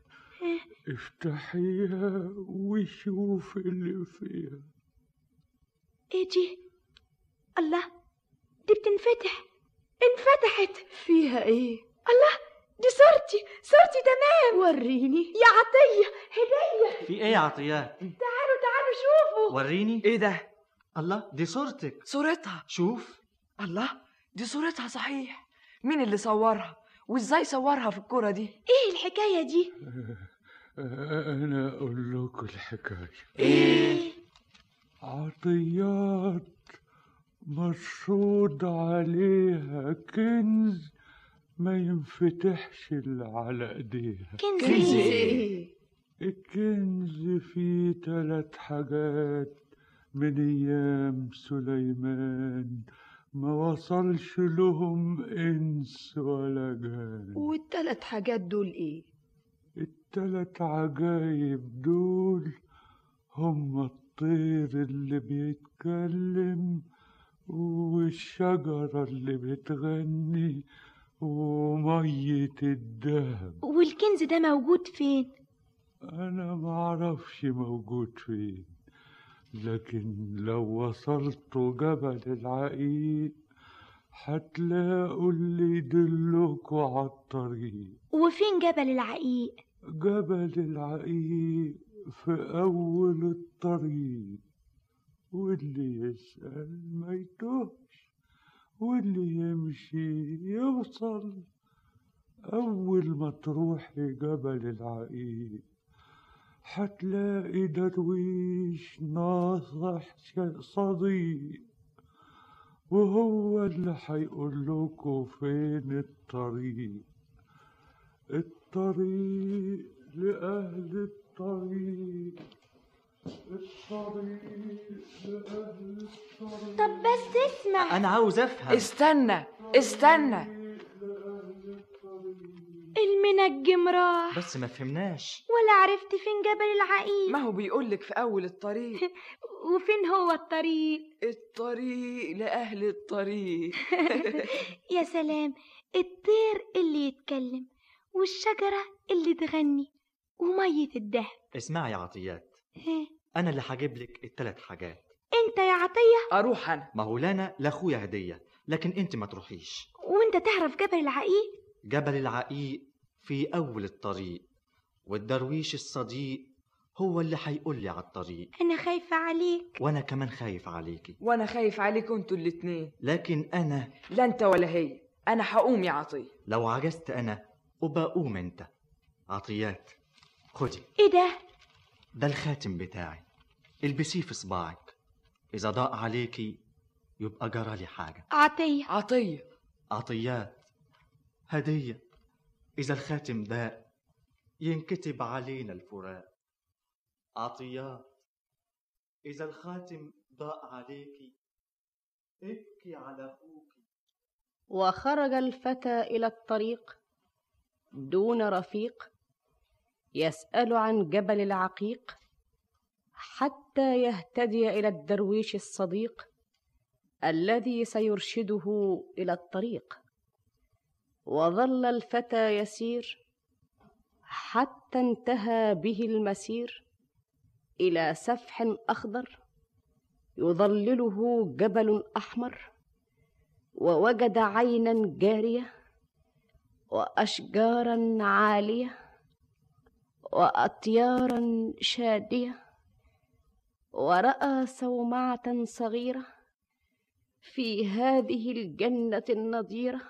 إيه؟ افتحيها وشوفي اللي فيها ايه دي الله دي بتنفتح انفتحت فيها ايه الله دي صورتي صورتي تمام وريني يا عطية هدية في ايه يا عطيات تعالوا تعالوا شوفوا وريني إيه ايه ده الله دي صورتك صورتها شوف الله دي صورتها صحيح مين اللي صورها وازاي صورها في الكرة دي ايه الحكاية دي انا اقول لكم الحكاية ايه عطيات مرصود عليها كنز ما ينفتحش اللي على ايديها كنز كنز إيه؟ الكنز فيه تلات حاجات من ايام سليمان ما وصلش لهم انس ولا جان والتلات حاجات دول ايه إيه؟ التلات عجايب دول هما الطير اللي بيتكلم والشجرة اللي بتغني ومية الدهب والكنز ده موجود فين أنا معرفش موجود فين لكن لو وصلتوا جبل العقيق هتلاقوا اللي يدلكوا على الطريق وفين جبل العقيق جبل العقيق في أول الطريق واللي يسأل ما يتوهش واللي يمشي يوصل أول ما تروح لجبل العقيق هتلاقي درويش ناصح ش- صديق وهو اللي هيقول لكم فين الطريق الطريق لأهل الطريق الطريق لأهل الطريق طب بس اسمع انا عاوز افهم استنى استنى المنجم راح بس ما فهمناش ولا عرفت فين جبل العقيق ما هو بيقولك في أول الطريق وفين هو الطريق الطريق لأهل الطريق يا سلام الطير اللي يتكلم والشجرة اللي تغني ومية الدهب اسمعي يا عطيات ها، انا اللي هجيب لك الثلاث حاجات انت يا عطية أروح أنا ما هو لانا لاخويا هديه لكن انت ما تروحيش وانت تعرف جبل العقيق جبل العقيق في اول الطريق والدرويش الصديق هو اللي هيقول لي على الطريق انا خايفة عليك وانا كمان خايف عليكي وأنا خايف عليكوا انتوا الاتنين لكن انا لا أنت ولا هي أنا هقوم يا عطية لو عجزت انا وبقوم انت عطيات خدي ايه ده ده الخاتم بتاعي البسيه في صباعك اذا ضاق عليكي يبقى جرالي حاجه عطية عطية عطيات هديه اذا الخاتم ضاق ينكتب علينا الفراق عطيات اذا الخاتم ضاق عليكي ابكي على اخوك وخرج الفتى الى الطريق دون رفيق يسال عن جبل العقيق حتى يهتدي الى الدرويش الصديق الذي سيرشده الى الطريق وظل الفتى يسير حتى انتهى به المسير الى سفح اخضر يظلله جبل احمر ووجد عينا جاريه واشجارا عاليه واطيارا شاديه وراى صومعه صغيره في هذه الجنه النضيره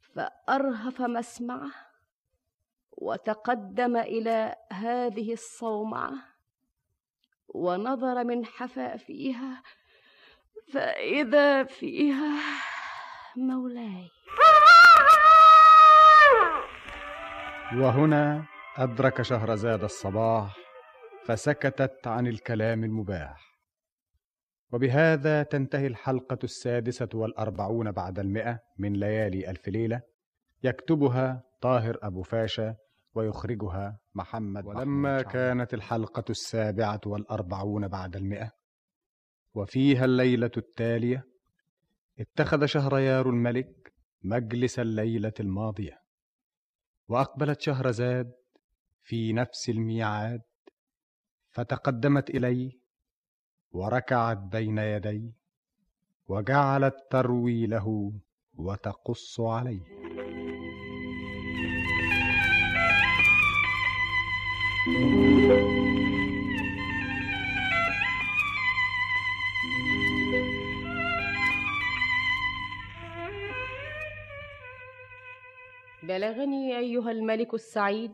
فارهف مسمعه وتقدم الى هذه الصومعه ونظر من حفافيها فاذا فيها مولاي وهنا أدرك شهرزاد الصباح فسكتت عن الكلام المباح وبهذا تنتهي الحلقة السادسة والأربعون بعد المئة من ليالي ألف ليلة يكتبها طاهر أبو فاشا ويخرجها محمد ولما كانت الحلقة السابعة والأربعون بعد المئة وفيها الليلة التالية اتخذ شهريار الملك مجلس الليلة الماضية وأقبلت شهرزاد في نفس الميعاد فتقدمت إليه وركعت بين يديه وجعلت تروي له وتقص عليه بلغني أيها الملك السعيد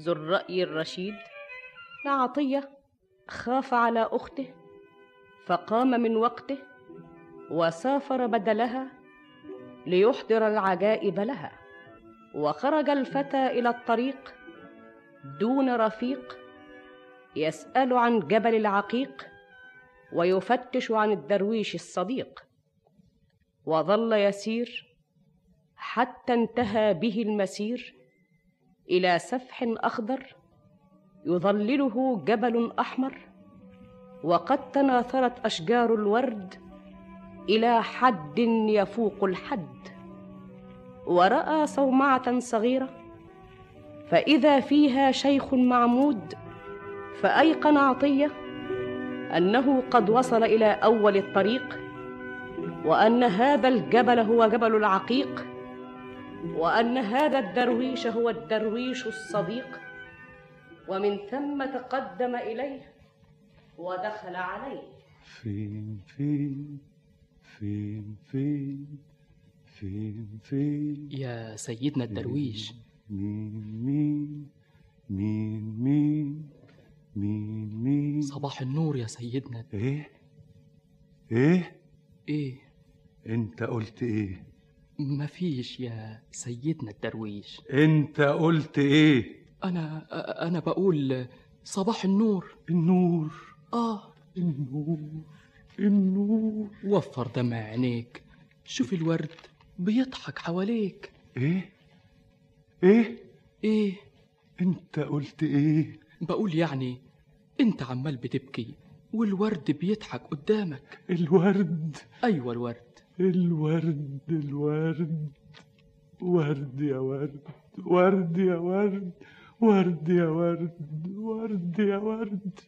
ذو الرأي الرشيد أن عطية خاف على أخته فقام من وقته وسافر بدلها ليحضر العجائب لها وخرج الفتى إلى الطريق دون رفيق يسأل عن جبل العقيق ويفتش عن الدرويش الصديق وظل يسير حتى انتهى به المسير الى سفح اخضر يظلله جبل احمر وقد تناثرت اشجار الورد الى حد يفوق الحد وراى صومعه صغيره فاذا فيها شيخ معمود فايقن عطيه انه قد وصل الى اول الطريق وان هذا الجبل هو جبل العقيق وان هذا الدرويش هو الدرويش الصديق ومن ثم تقدم اليه ودخل عليه فين فين فين فين فين فين يا سيدنا الدرويش مين مين مين مين مين مين صباح النور يا سيدنا ايه ايه ايه انت قلت ايه مفيش يا سيدنا الدرويش انت قلت ايه انا انا بقول صباح النور النور اه النور النور وفر دمع عينيك شوف الورد بيضحك حواليك ايه ايه ايه انت قلت ايه بقول يعني انت عمال بتبكي والورد بيضحك قدامك الورد ايوه الورد الورد الورد ورد يا ورد ورد يا ورد ورد يا ورد ورد يا ورد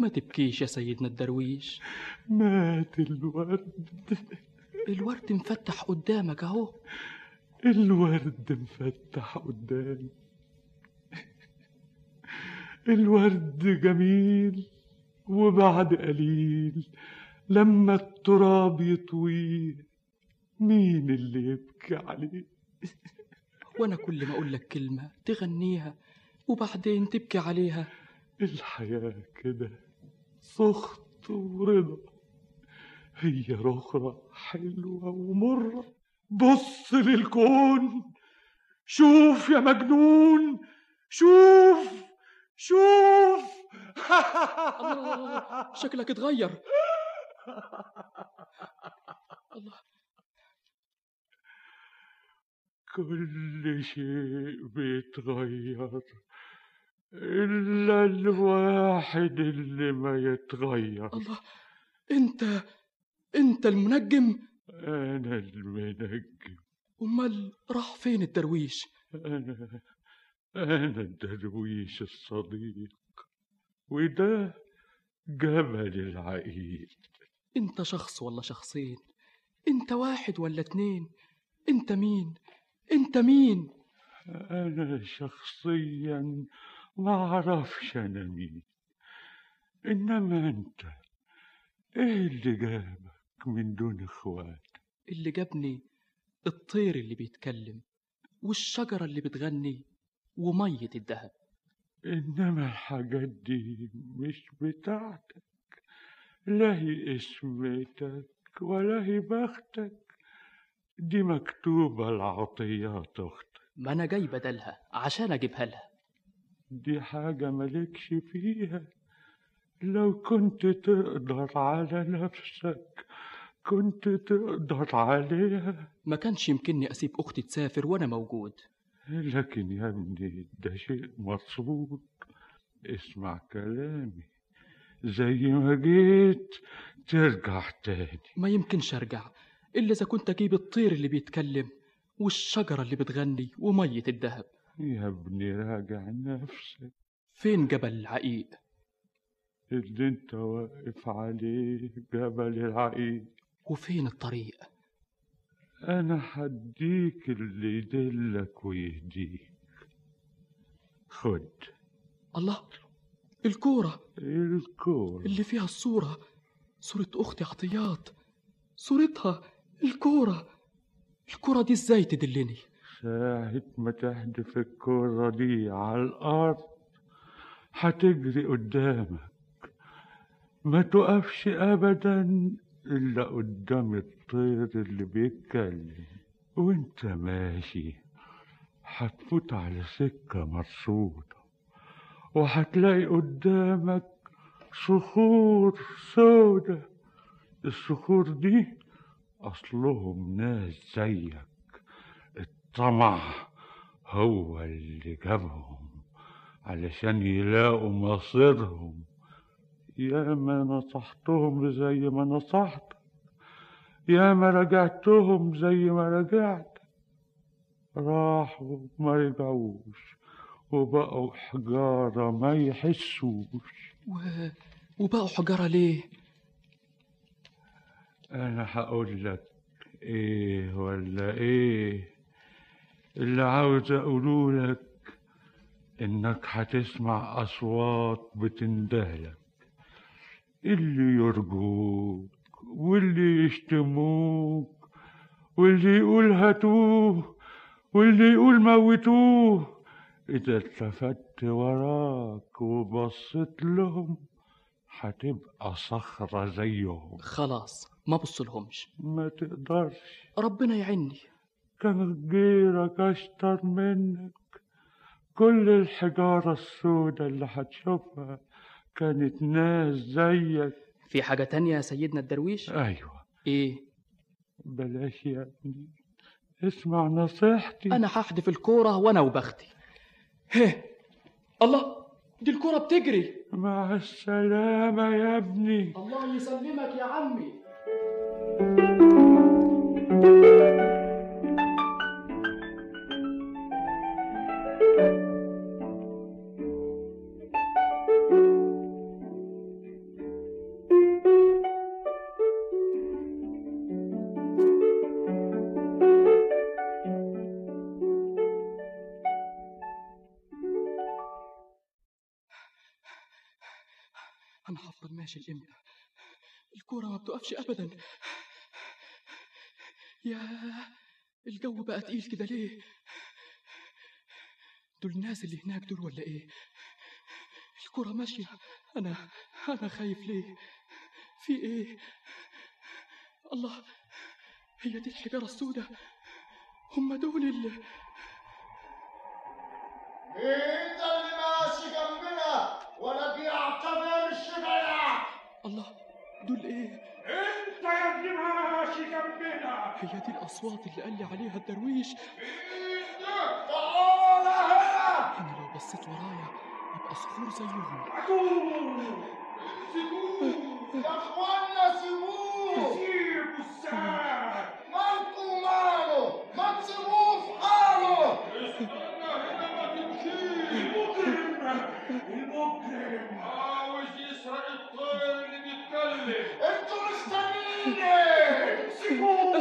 ما تبكيش يا سيدنا الدرويش مات الورد الورد مفتح قدامك اهو الورد مفتح قدامي الورد جميل وبعد قليل لما التراب يطويه مين اللي يبكي عليه وانا كل ما اقول لك كلمه تغنيها وبعدين تبكي عليها الحياة كده سخط ورضا هي رخرة حلوة ومرة بص للكون شوف يا مجنون شوف شوف الله شكلك اتغير الله كل شيء بيتغير إلا الواحد اللي ما يتغير الله انت انت المنجم أنا المنجم امال راح فين الدرويش أنا أنا الدرويش الصديق وده جمل العقيد انت شخص ولا شخصين انت واحد ولا اتنين انت مين انت مين أنا شخصيا ما أعرفش أنا مين إنما أنت إيه اللي جابك من دون إخوات اللي جابني الطير اللي بيتكلم والشجرة اللي بتغني ومية الدهب إنما الحاجات دي مش بتاعتك لا هي اسمتك ولا هي بختك دي مكتوبة العطيات أختك ما أنا جاي بدلها عشان أجيبها لها دي حاجة مالكش فيها لو كنت تقدر على نفسك كنت تقدر عليها ما كانش يمكنني أسيب أختي تسافر وأنا موجود لكن يا ابني ده شيء مصروف اسمع كلامي زي ما جيت ترجع تاني ما يمكنش أرجع إلا إذا كنت أجيب الطير اللي بيتكلم والشجرة اللي بتغني ومية الدهب يا ابني راجع نفسك فين جبل العقيق اللي انت واقف عليه جبل العقيق وفين الطريق أنا هديك اللي يدلك ويهديك خد الله الكورة الكورة اللي فيها الصورة صورة أختي عطيات صورتها الكورة الكورة دي ازاي تدلني ساعة ما تحدف الكورة دي على الأرض هتجري قدامك ما تقفش أبدا إلا قدام الطير اللي بيتكلم وانت ماشي هتفوت على سكة مرصودة وهتلاقي قدامك صخور سودة الصخور دي أصلهم ناس زيك الطمع هو اللي جابهم علشان يلاقوا مصيرهم يا ما نصحتهم زي ما نصحت يا ما رجعتهم زي ما رجعت راحوا ما رجعوش وبقوا حجارة ما يحسوش و... وبقوا حجارة ليه أنا هقول لك إيه ولا إيه اللي عاوز أقوله لك إنك هتسمع أصوات بتندهلك اللي يرجوك واللي يشتموك واللي يقول هاتوه واللي يقول موتوه إذا التفت وراك وبصيت لهم هتبقى صخرة زيهم خلاص ما بصلهمش ما تقدرش ربنا يعني. يعيني كان غيرك أشطر منك كل الحجارة السوداء اللي هتشوفها كانت ناس زيك في حاجة تانية يا سيدنا الدرويش أيوة ايه بلاش يا ابني اسمع نصيحتي انا هحدف الكورة وانا وبختي هه الله دي الكورة بتجري مع آه. السلامة يا ابني الله يسلمك يا عمي انا هفضل ماشي الامتى الكورة ما بتقفش ابدا يا الجو بقى تقيل كده ليه دول الناس اللي هناك دول ولا ايه الكرة ماشية انا انا خايف ليه في ايه الله هي دي الحجارة السوداء هم دول اللي انت اللي ماشي جنبنا ولا بيعتبر الشجرة الله دول ايه انت يا ابني ماشي جنبنا هي دي الاصوات اللي قال لي عليها الدرويش تعال هنا انا لو بصيت ورايا يبقى صخور زيهم عدوه سيبوه يا اخوانا سيبوه سيبوا الساعة مالكوا ماله ما تسيبوه في حاله استنى هنا ما تمشيش انتوا مستنيين ايه؟ سيبوه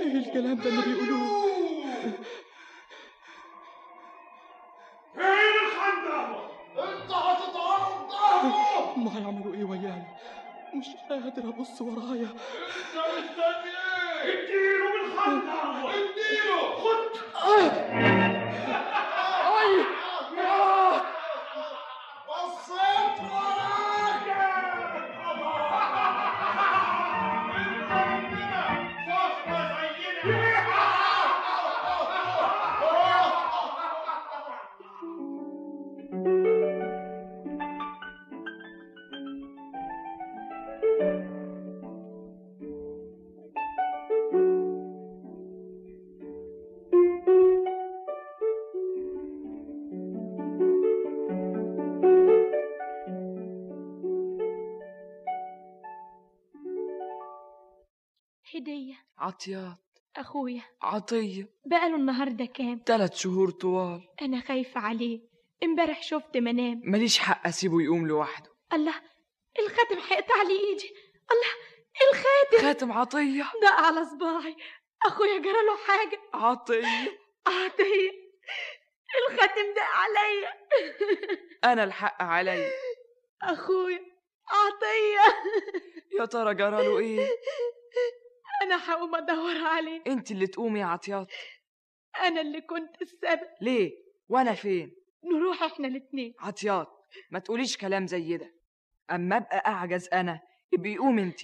ايه الكلام ده اللي بيقولوه فين الخندق؟ انت هتطعنوا بظهره ما هيعملوا ايه وياي مش قادر ابص ورايا انت مستني ايه؟ اديله بالخندق اديله خد اي يا بصيت وراك انت مننا فخمه زينا هدية عطيات أخويا عطية بقاله النهاردة كام ثلاث شهور طوال أنا خايفة عليه امبارح شفت منام ماليش حق أسيبه يقوم لوحده الله الخاتم هيقطع لي إيدي الله الخاتم خاتم عطية ده على صباعي أخويا جراله حاجة عطية عطية الخاتم ده عليا أنا الحق علي أخويا عطية يا ترى جراله إيه أنا هقوم أدور عليه أنت اللي تقومي يا عطيات أنا اللي كنت السبب ليه وأنا فين نروح إحنا الاتنين عطيات ما تقوليش كلام زي ده أما أبقى أعجز أنا يبقى قوم أنت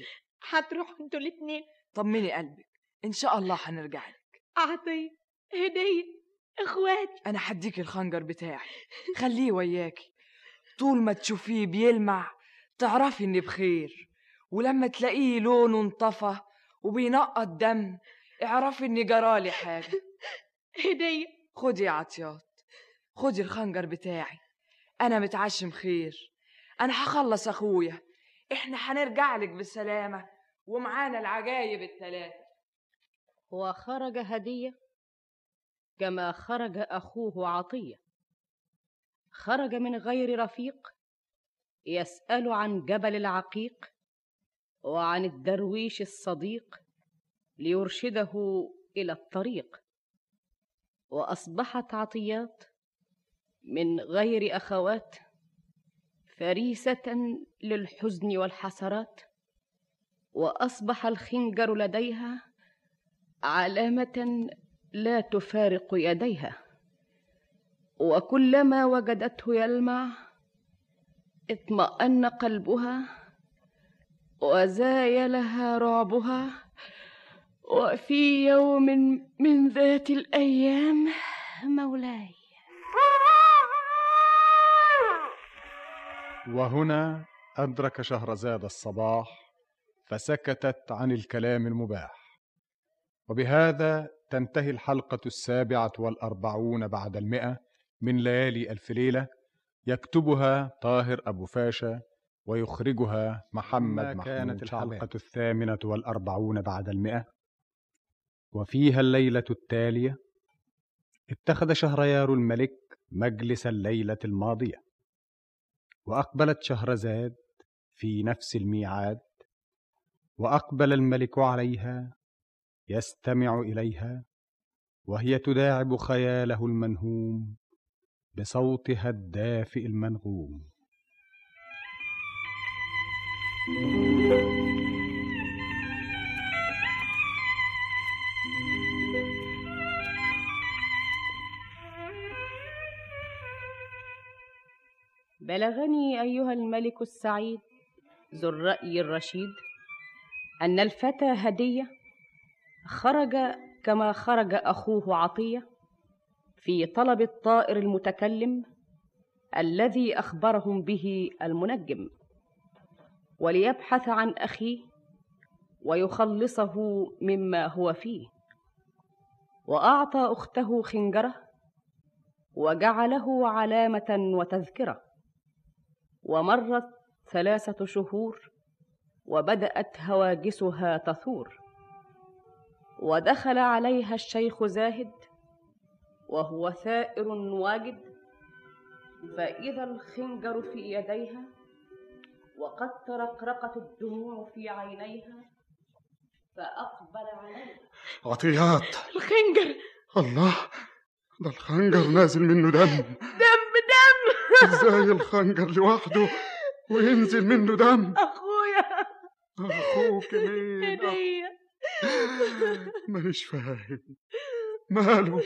هتروحوا انتوا الاتنين طمني قلبك إن شاء الله هنرجع لك عطية هدية إخواتي أنا هديك الخنجر بتاعي خليه وياكي طول ما تشوفيه بيلمع تعرفي إن بخير ولما تلاقيه لونه انطفى وبينقط دم اعرفي إن جرالي حاجة هدية خدي يا عطيات خدي الخنجر بتاعي أنا متعشم خير أنا هخلص أخويا إحنا هنرجع لك بسلامة ومعانا العجايب التلاتة وخرج هدية كما خرج أخوه عطية خرج من غير رفيق يسأل عن جبل العقيق وعن الدرويش الصديق ليرشده إلى الطريق وأصبحت عطيات من غير أخوات فريسة للحزن والحسرات وأصبح الخنجر لديها علامة لا تفارق يديها وكلما وجدته يلمع اطمأن قلبها وزايلها رعبها وفي يوم من ذات الأيام مولاي وهنا أدرك شهرزاد الصباح فسكتت عن الكلام المباح وبهذا تنتهي الحلقة السابعة والأربعون بعد المئة من ليالي ألف ليلة يكتبها طاهر أبو فاشا ويخرجها محمد ما محمود كانت شعبان. الحلقة الثامنة والأربعون بعد المئة وفيها الليلة التالية اتخذ شهريار الملك مجلس الليلة الماضية وأقبلت شهرزاد في نفس الميعاد وأقبل الملك عليها يستمع إليها وهي تداعب خياله المنهوم بصوتها الدافئ المنغوم بلغني أيها الملك السعيد ذو الرأي الرشيد أن الفتى هدية خرج كما خرج أخوه عطية في طلب الطائر المتكلم الذي أخبرهم به المنجم وليبحث عن أخيه ويخلصه مما هو فيه وأعطى أخته خنجره وجعله علامة وتذكرة ومرت ثلاثة شهور وبدأت هواجسها تثور ودخل عليها الشيخ زاهد وهو ثائر واجد فإذا الخنجر في يديها وقد ترقرقت الدموع في عينيها فأقبل علي عطيات الخنجر الله ده الخنجر نازل منه دم دم دم ازاي الخنجر لوحده وينزل منه دم أخويا اخوك مين هدية مانيش فاهم ماله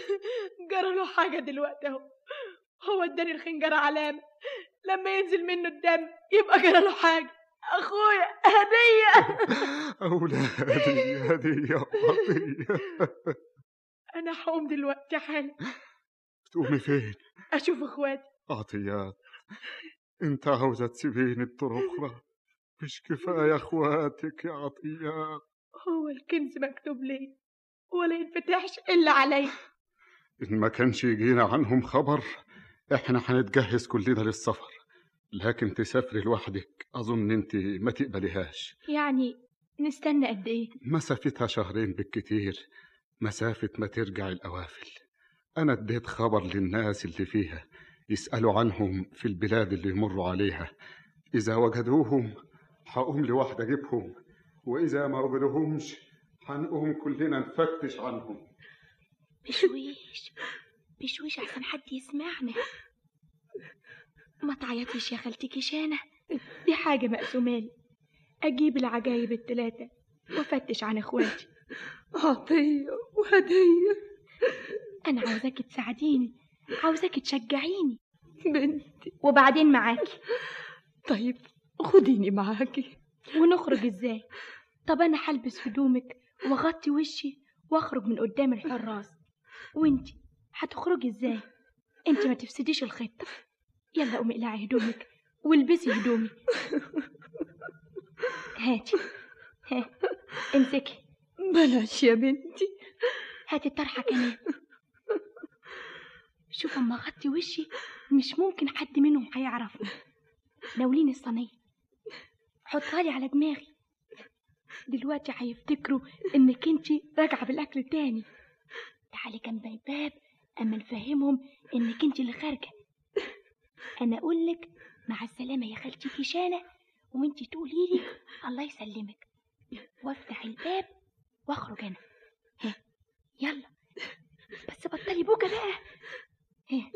جرى له حاجة دلوقتي أهو هو اداني الخنجر علامة لما ينزل منه الدم يبقى جرى له حاجة أخويا هدية اولادي هديه وعطيه أنا هقوم دلوقتي حالا تقومي فين أشوف إخواتي عطيات انت عاوزه تسيبيني بطرقنا مش كفايه اخواتك يا عطيات هو الكنز مكتوب لي ولا ينفتحش إلا عليا ان ما كانش يجينا عنهم خبر احنا هنتجهز كلنا للسفر لكن تسافري لوحدك اظن انت ما تقبليهاش يعني نستنى قد إيه مسافتها شهرين بالكتير مسافة ما ترجع الأوافل أنا اديت خبر للناس اللي فيها يسألوا عنهم في البلاد اللي يمروا عليها إذا وجدوهم هقوم لوحدي أجيبهم وإذا ما وجدوهمش هنقوم كلنا نفتش عنهم بشويش بشويش عشان حد يسمعنا ما تعيطيش يا خالتي شانة دي حاجة مقسومالي أجيب العجايب التلاتة وأفتش عن إخواتي عطية وهدية أنا عاوزاكي تساعديني عاوزاكي تشجعيني بنتي وبعدين معاكي طيب خديني معاكي ونخرج إزاي طب أنا هلبس هدومك وأغطي وشي وأخرج من قدام الحراس وإنتي هتخرجي إزاي إنتي ما تفسديش الخطة يلا قومي اقلعي هدومك والبسي هدومي هاتي ها امسكي بلاش يا بنتي هاتي الطرحة كمان شوف اما اغطي وشي مش ممكن حد منهم هيعرفني ناوليني الصينية حطها لي على دماغي دلوقتي هيفتكروا انك انتي راجعة بالاكل تاني تعالي جنب الباب اما نفهمهم انك انتي اللي خارجة انا اقولك مع السلامة يا خالتي كيشانة وانتي تقولي لي الله يسلمك وافتح الباب واخرج انا ها يلا بس بطلي بوكا بقى ها.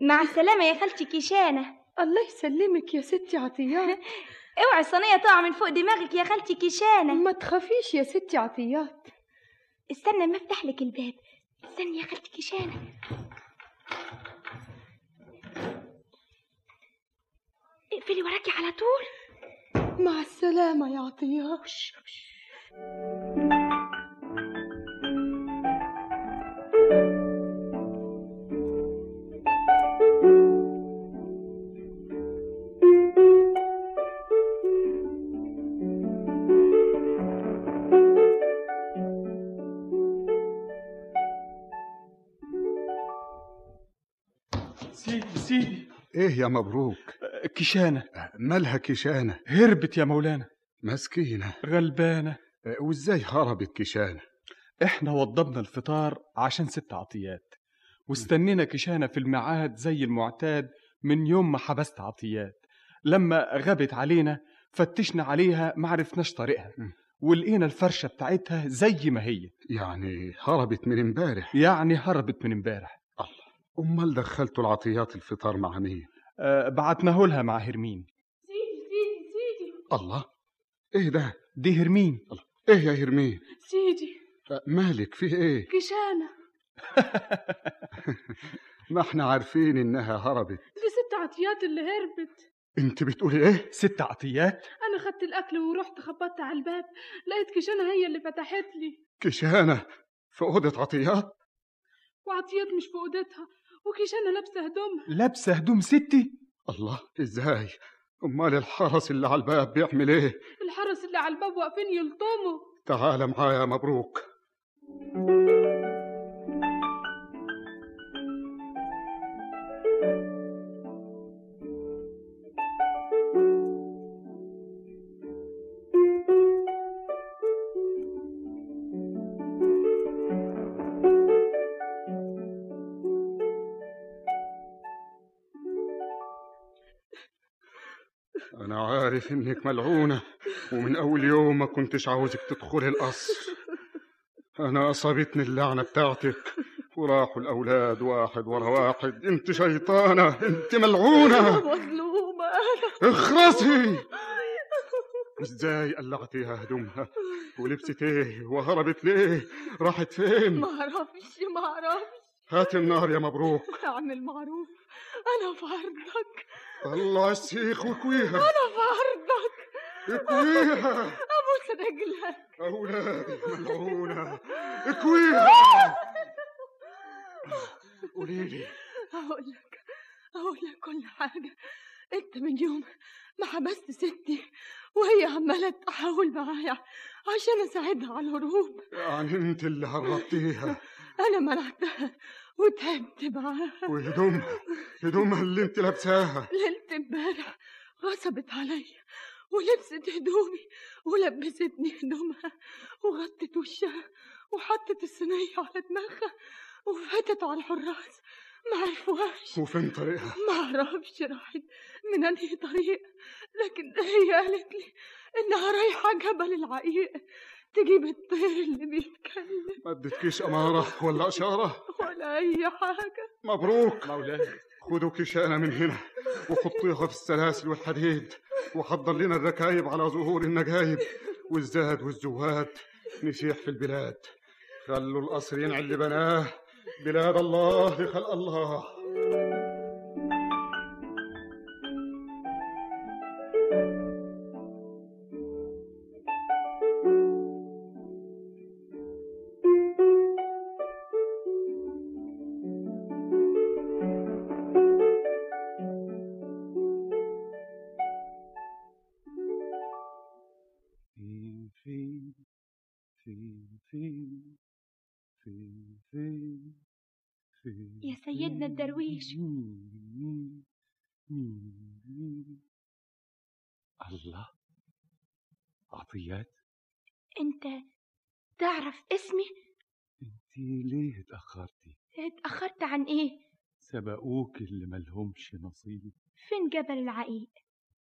مع السلامة يا خالتي كيشانة الله يسلمك يا ستي عطيات اوعي الصينية تقع من فوق دماغك يا خالتي كيشانة ما تخافيش يا ستي عطيات استنى ما افتح لك الباب استني يا خالتي كيشانة اقفلي وراكي على طول مع السلامة يا عطيات سيدي سيدي إيه يا مبروك أه، كيشانة مالها كيشانة هربت يا مولانا مسكينة أه، غلبانة وإزاي هربت كيشانة احنا وضبنا الفطار عشان ست عطيات واستنينا كيشانة في الميعاد زي المعتاد من يوم ما حبست عطيات لما غابت علينا فتشنا عليها معرفناش طريقها ولقينا الفرشة بتاعتها زي ما هي يعني هربت من امبارح يعني هربت من امبارح أمال دخلتوا العطيات الفطار مع مين أه بعتناه لها مع هرمين سيدي سيدي سيدي الله إيه ده دي هرمين الله. إيه يا هرمين سيدي أه، مالك في إيه كشانة ما احنا عارفين إنها هربت دي ست عطيات اللي هربت أنت بتقولي إيه ست عطيات انا خدت الاكل ورحت خبطت على الباب لقيت كشانة هي اللي فتحت لي كشانة في أوضة عطيات وعطيات مش في اوضتها وكيشانة لابسه هدومها لابسة هدوم ستي الله إزاي أمال الحرس اللي على الباب بيعمل إيه الحرس اللي على الباب واقفين يلطموا تعال معايا يا مبروك أنا عارف إنك ملعونة ومن أول يوم ما كنتش عاوزك تدخلي القصر أنا أصابتني اللعنة بتاعتك وراحوا الأولاد واحد ورا واحد أنت شيطانة أنت ملعونة مظلومة اخرسي إزاي قلعتيها هدومها ولبست إيه وهربت ليه راحت فين ما اعرفش ما اعرفش هات النار يا مبروك اعمل معروف انا في عرضك طلع السيخ وكويها انا في عرضك اكويها ابوس رجلك أولادي ملعونة اكويها قولي لي هقول لك هقول لك كل حاجة انت من يوم ما حبست ستي وهي عمالة تحاول معايا عشان اساعدها على الهروب يعني أنت اللي هربتيها انا منعتها وتعبت معاها وهدومها هدومها يعني اللي أنت لابساها ليلة امبارح غصبت عليا ولبست هدومي ولبستني هدومها وغطت وشها وحطت الصينية على دماغها وفاتت على الحراس ما عرفوهاش وفين طريقها ما اعرفش راحت من انهي طريق لكن هي قالت لي انها رايحه جبل العقيق تجيب الطير اللي بيتكلم ما اديتكيش أمارة ولا إشارة ولا اي حاجه مبروك مولاي خدوا كيشانة من هنا وحطيها في السلاسل والحديد وحضر لنا الركايب على ظهور النجايب والزاد والزوات نسيح في البلاد خلوا القصر ينعي اللي بناه بلاد الله لخلق الله فين فين فين فين فين فين فين يا سيدنا الدرويش مين مين مين الله عطيات انت تعرف اسمي انت ليه اتأخرتي اتأخرت عن ايه سبقوك اللي ملهمش نصيب فين جبل العقيق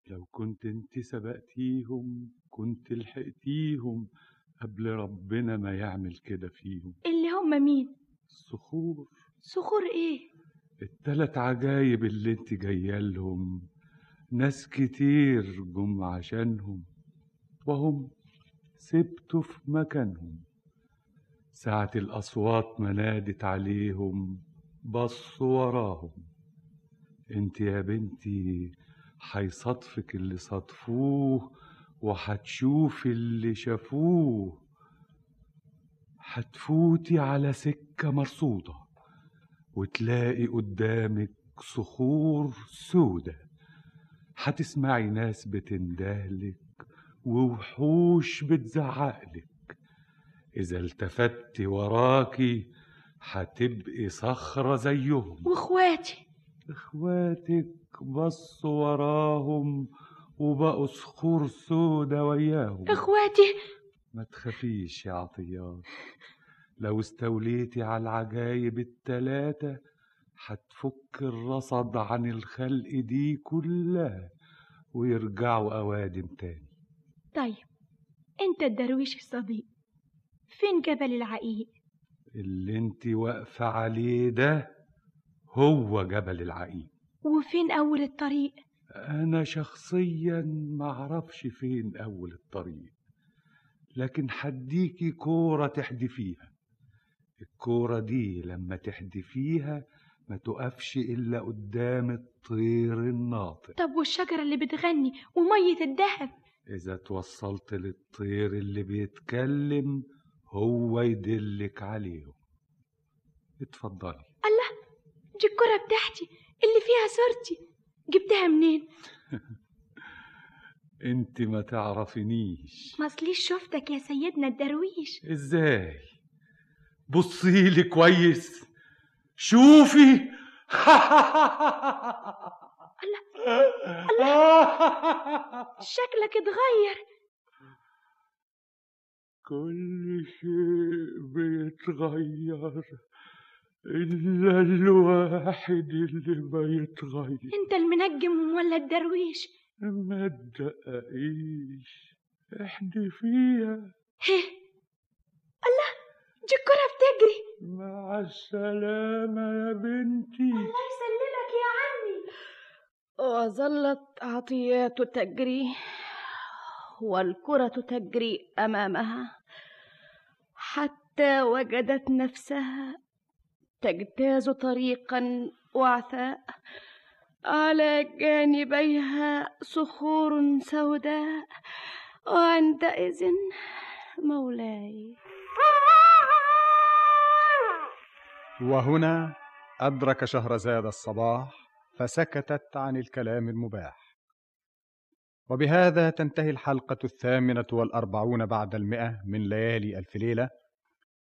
لو كنت انت سبقتيهم كنت لحقتيهم قبل ربنا ما يعمل كده فيهم اللي هم مين الصخور صخور ايه التلات عجايب اللي انت جايالهم ناس كتير جم عشانهم وهم سبتوا في مكانهم ساعة الأصوات ما نادت عليهم بصوا وراهم انت يا بنتي هيصادفك اللي صادفوه وهتشوفي اللي شافوه هتفوتي على سكة مرصودة وتلاقي قدامك صخور سودة هتسمعي ناس بتندهلك ووحوش بتزعقلك إذا التفتي وراكي هتبقي صخرة زيهم واخواتي اخواتك بصوا وراهم وبقوا صخور سودا وياهم اخواتي ما تخافيش يا عطيات لو استوليتي على العجايب التلاتة هتفك الرصد عن الخلق دي كلها ويرجعوا أوادم تاني طيب انت الدرويش الصديق فين جبل العقيق اللي انت واقفة عليه ده هو جبل العقيق وفين اول الطريق أنا شخصيا معرفش فين أول الطريق لكن حديكي كورة تحدفيها الكورة دي لما تحدفيها ما تقفش إلا قدام الطير الناطق طب والشجرة اللي بتغني ومية الدهب إذا توصلت للطير اللي بيتكلم هو يدلك عليهم اتفضلي الله دي الكرة بتاعتي اللي فيها صورتي جبتها منين انت ما تعرفينيش ما اصليش شفتك يا سيدنا الدرويش ازاي بصي لي كويس شوفي شكلك اتغير كل شيء بيتغير إلا الواحد اللي ما يتغير انت المنجم ولا الدرويش ما تدققيش احنا فيها الله دي الكرة بتجري مع السلامة يا بنتي الله يسلمك يا عمي وظلت عطيات تجري والكرة تجري أمامها حتى وجدت نفسها تجتاز طريقا وعثاء على جانبيها صخور سوداء وعندئذ مولاي وهنا أدرك شهرزاد الصباح فسكتت عن الكلام المباح وبهذا تنتهي الحلقة الثامنة والأربعون بعد المئة من ليالي ألف ليلة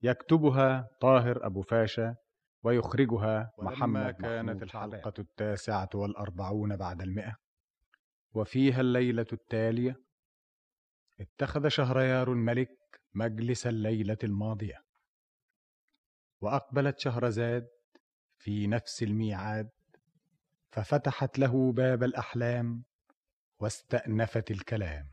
يكتبها طاهر أبو فاشا ويخرجها ولما محمد كانت كانت الحلقة التاسعة والأربعون بعد المئة وفيها الليلة التالية اتخذ شهريار الملك مجلس الليلة الماضية وأقبلت شهرزاد في نفس الميعاد ففتحت له باب الأحلام واستأنفت الكلام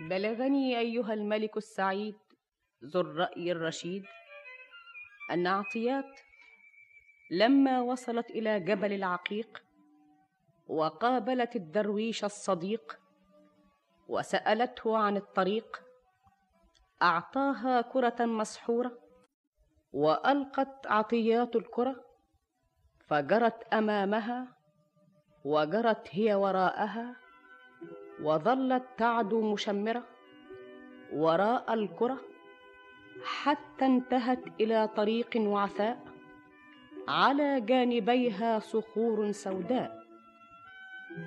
بلغني أيها الملك السعيد ذو الرأي الرشيد أن عطيات لما وصلت إلى جبل العقيق وقابلت الدرويش الصديق وسألته عن الطريق أعطاها كرة مسحورة وألقت عطيات الكرة فجرت أمامها وجرت هي وراءها وظلت تعدو مشمرة وراء الكرة حتى انتهت إلى طريق وعثاء على جانبيها صخور سوداء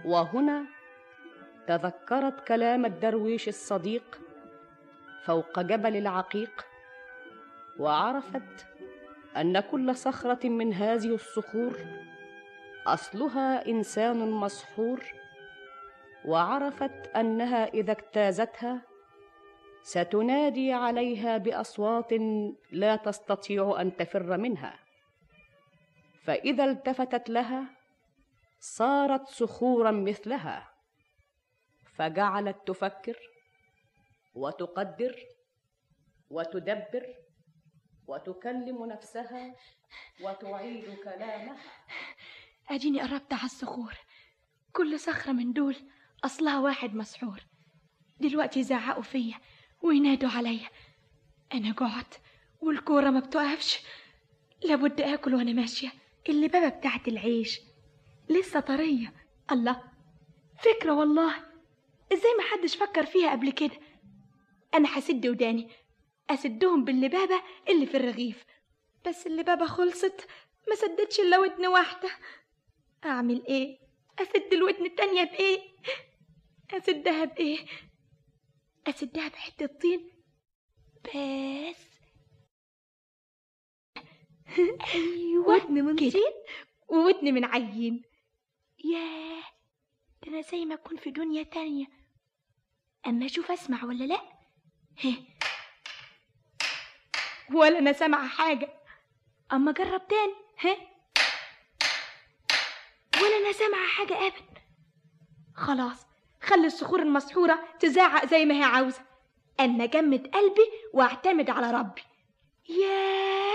وهنا تذكرت كلام الدرويش الصديق فوق جبل العقيق وعرفت أن كل صخرة من هذه الصخور أصلها إنسان مسحور وعرفت انها اذا اجتازتها ستنادي عليها باصوات لا تستطيع ان تفر منها فاذا التفتت لها صارت صخورا مثلها فجعلت تفكر وتقدر وتدبر وتكلم نفسها وتعيد كلامها اديني قربت على الصخور كل صخرة من دول أصلها واحد مسحور دلوقتي يزعقوا فيا وينادوا عليا أنا جعت والكورة ما بتقفش لابد آكل وأنا ماشية اللبابة بتاعت العيش لسه طرية الله فكرة والله إزاي ما حدش فكر فيها قبل كده أنا هسد وداني أسدهم باللبابة اللي في الرغيف بس اللبابة خلصت ما سدتش إلا ودن واحدة أعمل إيه؟ أسد الودن التانية بإيه؟ أسدها بإيه؟ أسدها بحتة طين بس أيوة ودن من طين وودن من عيين ياه ده أنا زي ما أكون في دنيا تانية أما أشوف أسمع ولا لأ هه. ولا أنا سامعة حاجة أما أجرب تاني ها ولا انا سامعه حاجه ابدا خلاص خلي الصخور المسحوره تزعق زي ما هي عاوزه انا اجمد قلبي واعتمد على ربي ياه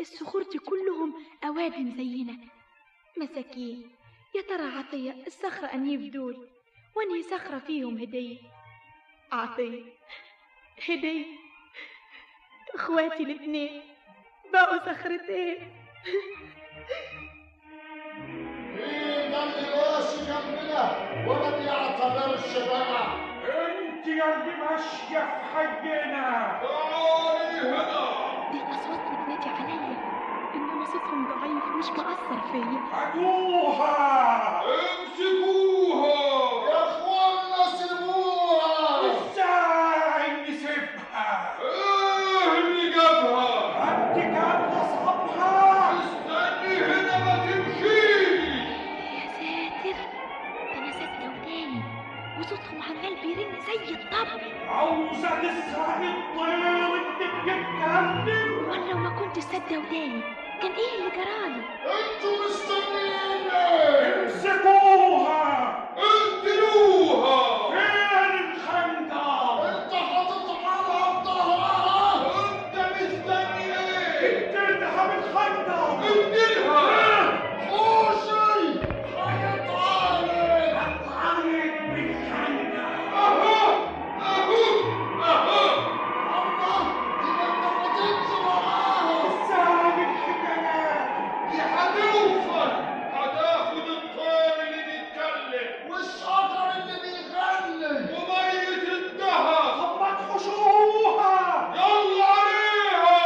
الصخور دي كلهم اوادم زينا مساكين يا ترى عطيه الصخره انهي دول وانهي صخره فيهم هديه عطيه هديه اخواتي الاتنين بقوا صخرتين ما تجوش جنبنا وما تعتبرش بقى انت يا اللي ماشيه في حقنا تعالي إيه هنا دي الأصوات بتنادي عليا إنما صوتهم ضعيف مش مأثر فيا هاتوها امسكوها يا اخوانا سيبوها ازاي نسيبها ايه اللي جابها انت كانت اصحابها استني هنا ما تمشي سد وداني كان إيه ايه اللي جرالي انتوا مستنيينا امسكوها اقتلوها فين الخنجر انت حاططها على ظهرها انت مستني ايه اقتلها بالخنجر اقتلها حوشي هيتعالج هتعالج بالخنجر اهو اهو اهو الله دي ما اتفقتش معاها الساعه بالحكايات دي هتوصل هتاخد الطير اللي بيتكلم والشجر اللي بيغني ومية الدهب طب ما تحشروها يلا عليها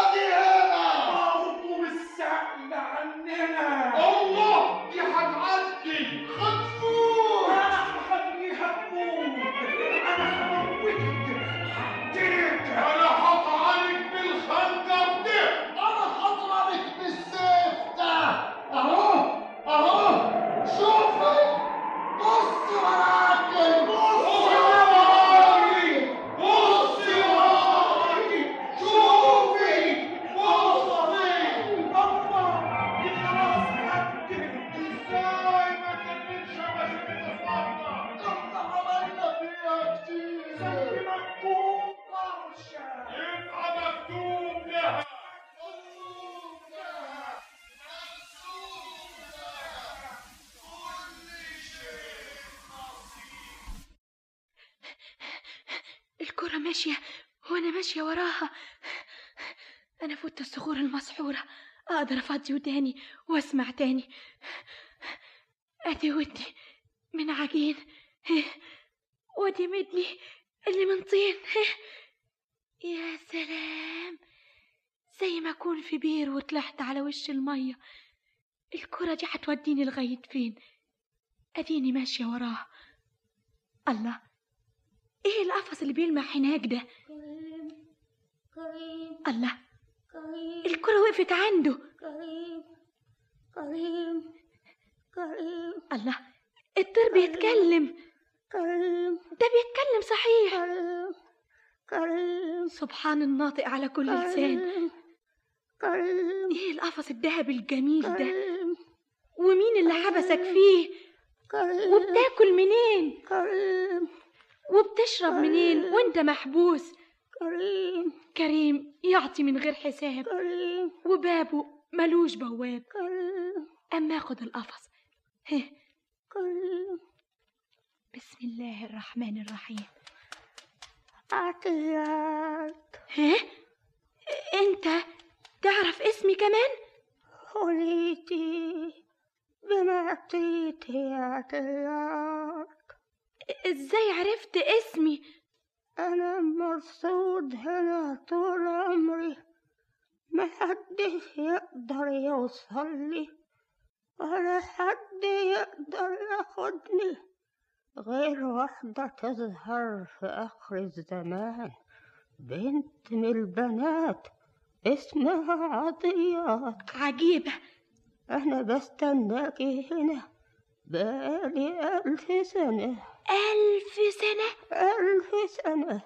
ادي هنا برضه السقم عننا الله دي هتعدي هتفوت انا هخليها تموت انا هموتك هديك انا هطعنك بالخنجر ده انا هضربك بالسيف ده اهو اهو شوفي بصي وراكي بصي وراكي بصي وراكي شوفي بصي الله دي خلاص هديك ازاي ما كملش ما شفت الفرده احنا عملنا فيها كتير زي مكتوب برشا يبقى مكتوب لها الكرة ماشية وأنا ماشية وراها أنا فوت الصخور المسحورة أقدر أفضي وداني وأسمع تاني أدي ودي من عجين ودي مدني اللي من طين يا سلام زي ما أكون في بير وطلعت على وش المية الكرة دي هتوديني لغاية فين أديني ماشية وراها الله ايه القفص اللي بيلمع هناك ده الله الكرة وقفت عنده الله الطير بيتكلم ده بيتكلم صحيح سبحان الناطق على كل لسان ايه القفص الذهبي الجميل ده ومين اللي حبسك فيه وبتاكل منين وبتشرب منين وانت محبوس كريم كريم يعطي من غير حساب كريم وبابه ملوش بواب كريم اما اخد القفص هه. كريم بسم الله الرحمن الرحيم عطيات ها انت تعرف اسمي كمان خليتي بما اعطيتي عطيات ازاي عرفت اسمي انا مرصود هنا طول عمري محدش يقدر يوصل لي ولا حد يقدر ياخدني غير واحدة تظهر في آخر الزمان بنت من البنات اسمها عطية عجيبة أنا بستناكي هنا بقالي ألف سنة ألف سنة ألف سنة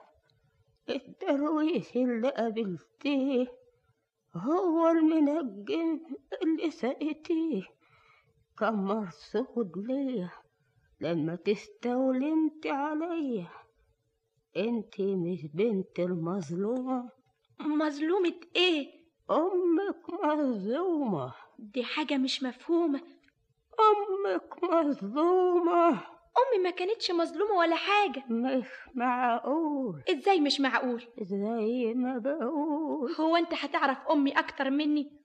الدرويش اللي قابلتيه هو المنجم اللي سقيتيه كان مرصود ليا لما تستولمت عليا انت مش بنت المظلومة مظلومة ايه؟ أمك مظلومة دي حاجة مش مفهومة أمك مظلومة أمي ما كانتش مظلومة ولا حاجة مش معقول إزاي مش معقول؟ زي ما بقول هو أنت هتعرف أمي أكتر مني؟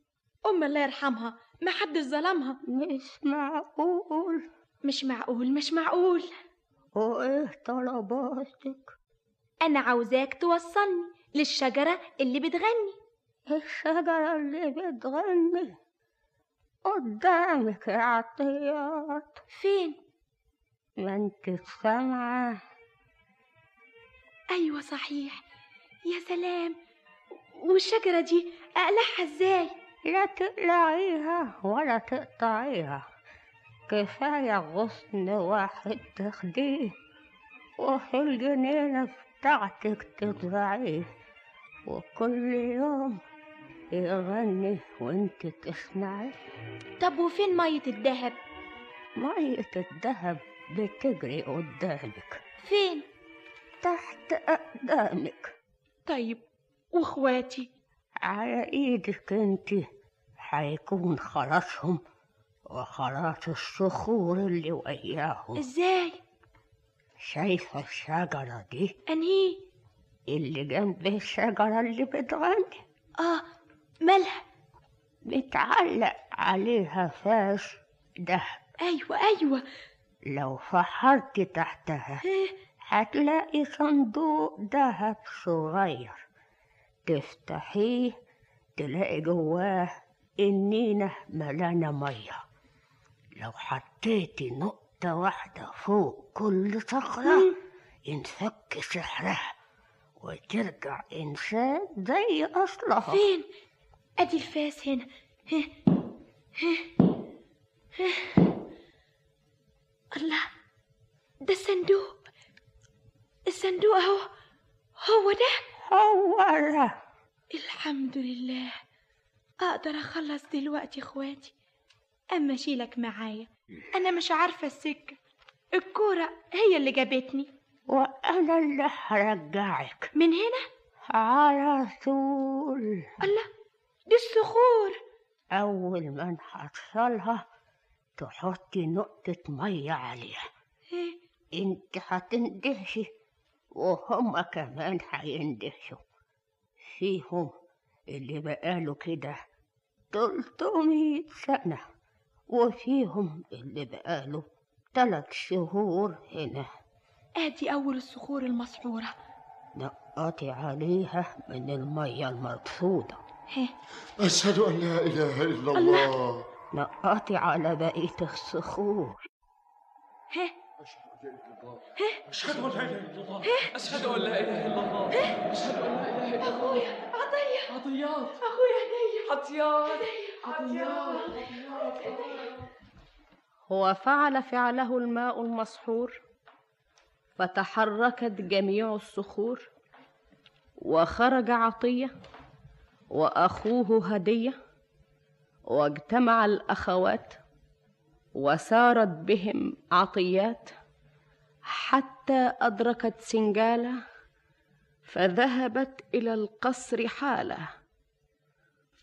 أمي الله يرحمها ما حد ظلمها مش معقول مش معقول مش معقول وإيه طلباتك؟ أنا عاوزاك توصلني للشجرة اللي بتغني الشجرة اللي بتغني قدامك يا عطيات فين؟ ما انت سامعة أيوة صحيح يا سلام والشجرة دي أقلعها ازاي؟ لا تقلعيها ولا تقطعيها كفاية غصن واحد تاخديه وفي الجنينة بتاعتك تزرعيه وكل يوم يغني وانت تسمعي طب وفين مية الدهب؟ مية الذهب بتجري قدامك فين؟ تحت أقدامك طيب واخواتي على ايدك انت هيكون خلاصهم وخلاص الصخور اللي وياهم ازاي؟ شايفة الشجرة دي انهي؟ اللي جنب الشجرة اللي بتغني اه مالها؟ بتعلق عليها فاس دهب ايوه ايوه لو فحرت تحتها هتلاقي صندوق دهب صغير تفتحيه تلاقي جواه النينة ملانة مية لو حطيتي نقطة واحدة فوق كل صخرة ينفك سحرها وترجع إنسان زي أصلها فين؟ ادي الفاس هنا هه. هه. هه. الله ده الصندوق الصندوق اهو هو ده هو ده الحمد لله اقدر اخلص دلوقتي اخواتي اما اشيلك معايا انا مش عارفه السكه الكوره هي اللي جابتني وأنا اللي هرجعك من هنا على طول الله دي الصخور أول ما نحصلها تحطي نقطة مية عليها إيه؟ انت هتندهشي وهما كمان هيندهشوا فيهم اللي بقاله كده تلتمية سنة وفيهم اللي بقاله تلات شهور هنا ادي اول الصخور المسحوره نقطي عليها من المية المرصودة أشهد أن لا إله إلا الله نقطي على بقية الصخور ها أشهد أن لا إله إلا الله أشهد أن لا إله إلا الله أشهد أن لا إله إلا الله أخويا عطية عطيات أخويا هدية عطيات وفعل فعله الماء المسحور فتحركت جميع الصخور وخرج عطيه واخوه هديه واجتمع الاخوات وسارت بهم عطيات حتى ادركت سنجاله فذهبت الى القصر حاله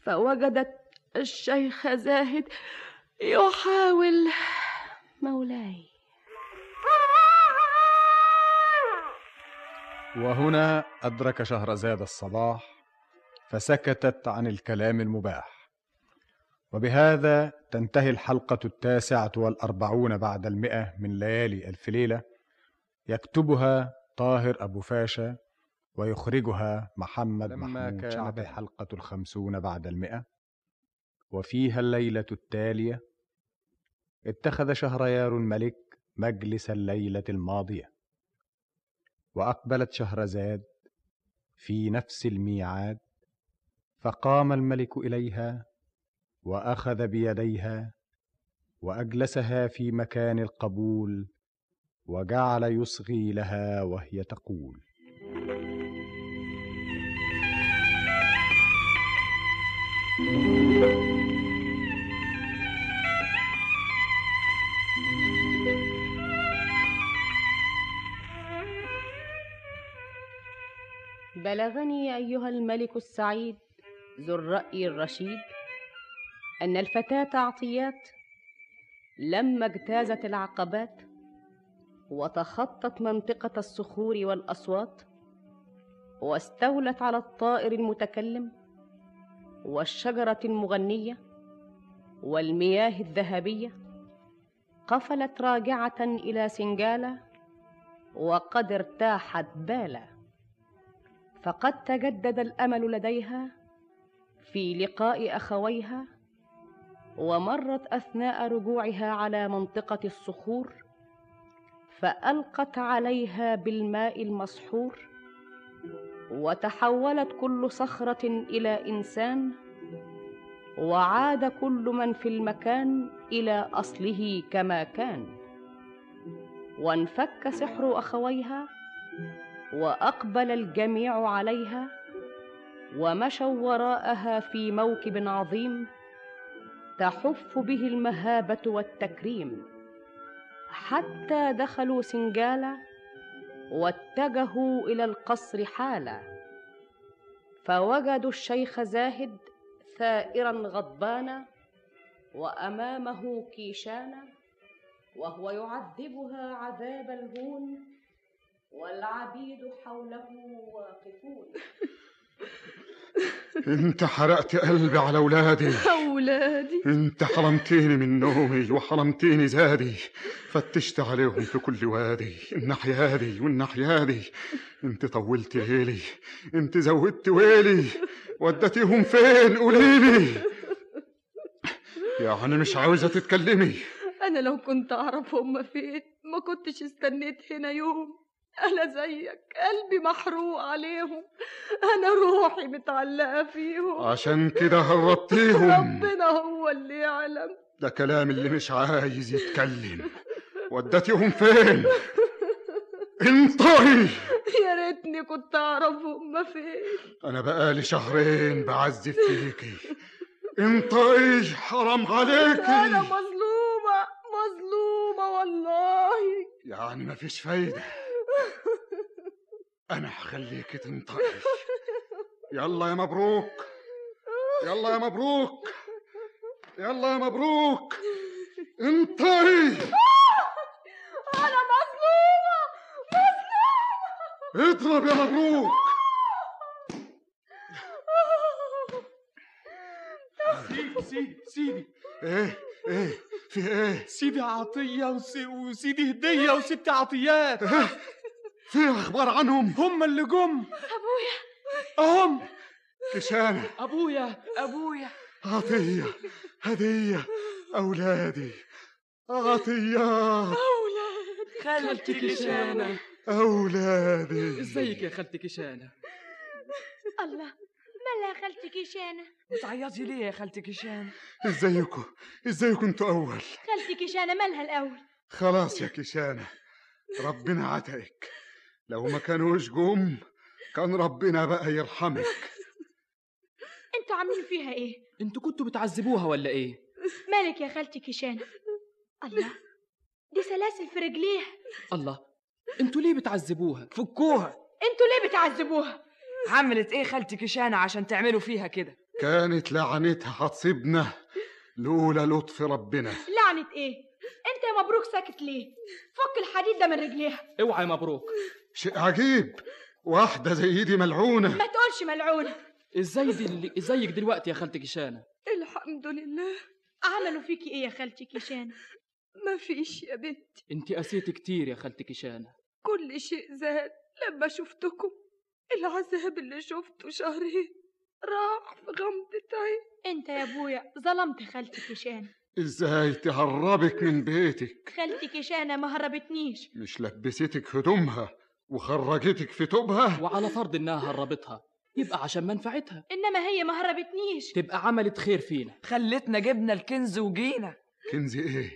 فوجدت الشيخ زاهد يحاول مولاي وهنا أدرك شهرزاد الصباح فسكتت عن الكلام المباح وبهذا تنتهي الحلقة التاسعة والأربعون بعد المئة من ليالي ألف ليلة يكتبها طاهر أبو فاشا ويخرجها محمد لما محمود كانت شعبان. الحلقة الخمسون بعد المئة وفيها الليلة التالية اتخذ شهريار الملك مجلس الليلة الماضية واقبلت شهرزاد في نفس الميعاد فقام الملك اليها واخذ بيديها واجلسها في مكان القبول وجعل يصغي لها وهي تقول بلغني أيها الملك السعيد ذو الرأي الرشيد أن الفتاة عطيات لما اجتازت العقبات وتخطت منطقة الصخور والأصوات واستولت على الطائر المتكلم والشجرة المغنية والمياه الذهبية قفلت راجعة إلى سنجالة وقد ارتاحت بالا فقد تجدد الامل لديها في لقاء اخويها ومرت اثناء رجوعها على منطقه الصخور فالقت عليها بالماء المسحور وتحولت كل صخره الى انسان وعاد كل من في المكان الى اصله كما كان وانفك سحر اخويها واقبل الجميع عليها ومشوا وراءها في موكب عظيم تحف به المهابه والتكريم حتى دخلوا سنجاله واتجهوا الى القصر حالا فوجدوا الشيخ زاهد ثائرا غضبانا وامامه كيشانه وهو يعذبها عذاب الهون والعبيد حوله واقفون انت حرقت قلبي على ولادي أولادي انت حرمتيني من نومي وحرمتيني زادي فتشت عليهم في كل وادي الناحية دي والناحية دي انت طولت ليلي انت زودت ويلي ودتيهم فين قوليلي يعني مش عاوزة تتكلمي أنا لو كنت أعرف هما فين ما كنتش استنيت هنا يوم أنا زيك قلبي محروق عليهم أنا روحي متعلقة فيهم عشان كده هربتيهم ربنا هو اللي يعلم ده كلام اللي مش عايز يتكلم ودتيهم فين انطقي يا ريتني كنت أعرف هما فين انا بقالي شهرين بعذب فيكي انطقي حرام أنا عليكي مظلومة مظلومة والله يعني مفيش فايدة انا هخليكي تنطقي يلا يا مبروك يلا يا مبروك يلا يا مبروك انطقي أنا مظلومة اضرب يا مبروك سيدي سيدي سيدي ايه ايه في ايه سيدي عطيه وس- وسيدي هديه وست عطيات في اخبار عنهم هم اللي جم أبويا اهم كشانة ابويا ابويا عطية هدية أولادي عطيات خالتي كيشانة أولادي ازيك يا خالتي كيشانة الله مالها خالتي كيشانة بتعيطي ليه يا خالتي كيشان ازيكم ازيكم انتوا أول خالتي كيشانة مالها الأول خلاص يا كشانة ربنا عتقك لو ما كانوش جم كان ربنا بقى يرحمك انتوا عاملين فيها ايه انتوا كنتوا بتعذبوها ولا ايه مالك يا خالتي كيشانة الله دي سلاسل في رجليها الله انتوا ليه بتعذبوها فكوها انتوا ليه بتعذبوها عملت ايه خالتي كيشانة عشان تعملوا فيها كده كانت لعنتها هتصيبنا لولا لطف ربنا لعنة ايه انت يا مبروك ساكت ليه فك الحديد ده من رجليها اوعى يا مبروك شيء عجيب واحدة زي دي ملعونة ما تقولش ملعونة ازاي دي اللي ازيك دلوقتي يا خالتي كيشانة الحمد لله عملوا فيكي ايه يا خالتي كيشانة مفيش يا بنت انت قسيتي كتير يا خالتي كيشانة كل شيء زاد لما شفتكم العذاب اللي شفته شهرين راح في غمضة عين انت يا ابويا ظلمت خالتي كيشانة ازاي تهربك من بيتك خالتي كيشانة ما هربتنيش مش لبستك هدومها وخرجتك في توبها وعلى فرض انها هربتها يبقى عشان منفعتها انما هي ما هربتنيش تبقى عملت خير فينا خلتنا جبنا الكنز وجينا كنزي ايه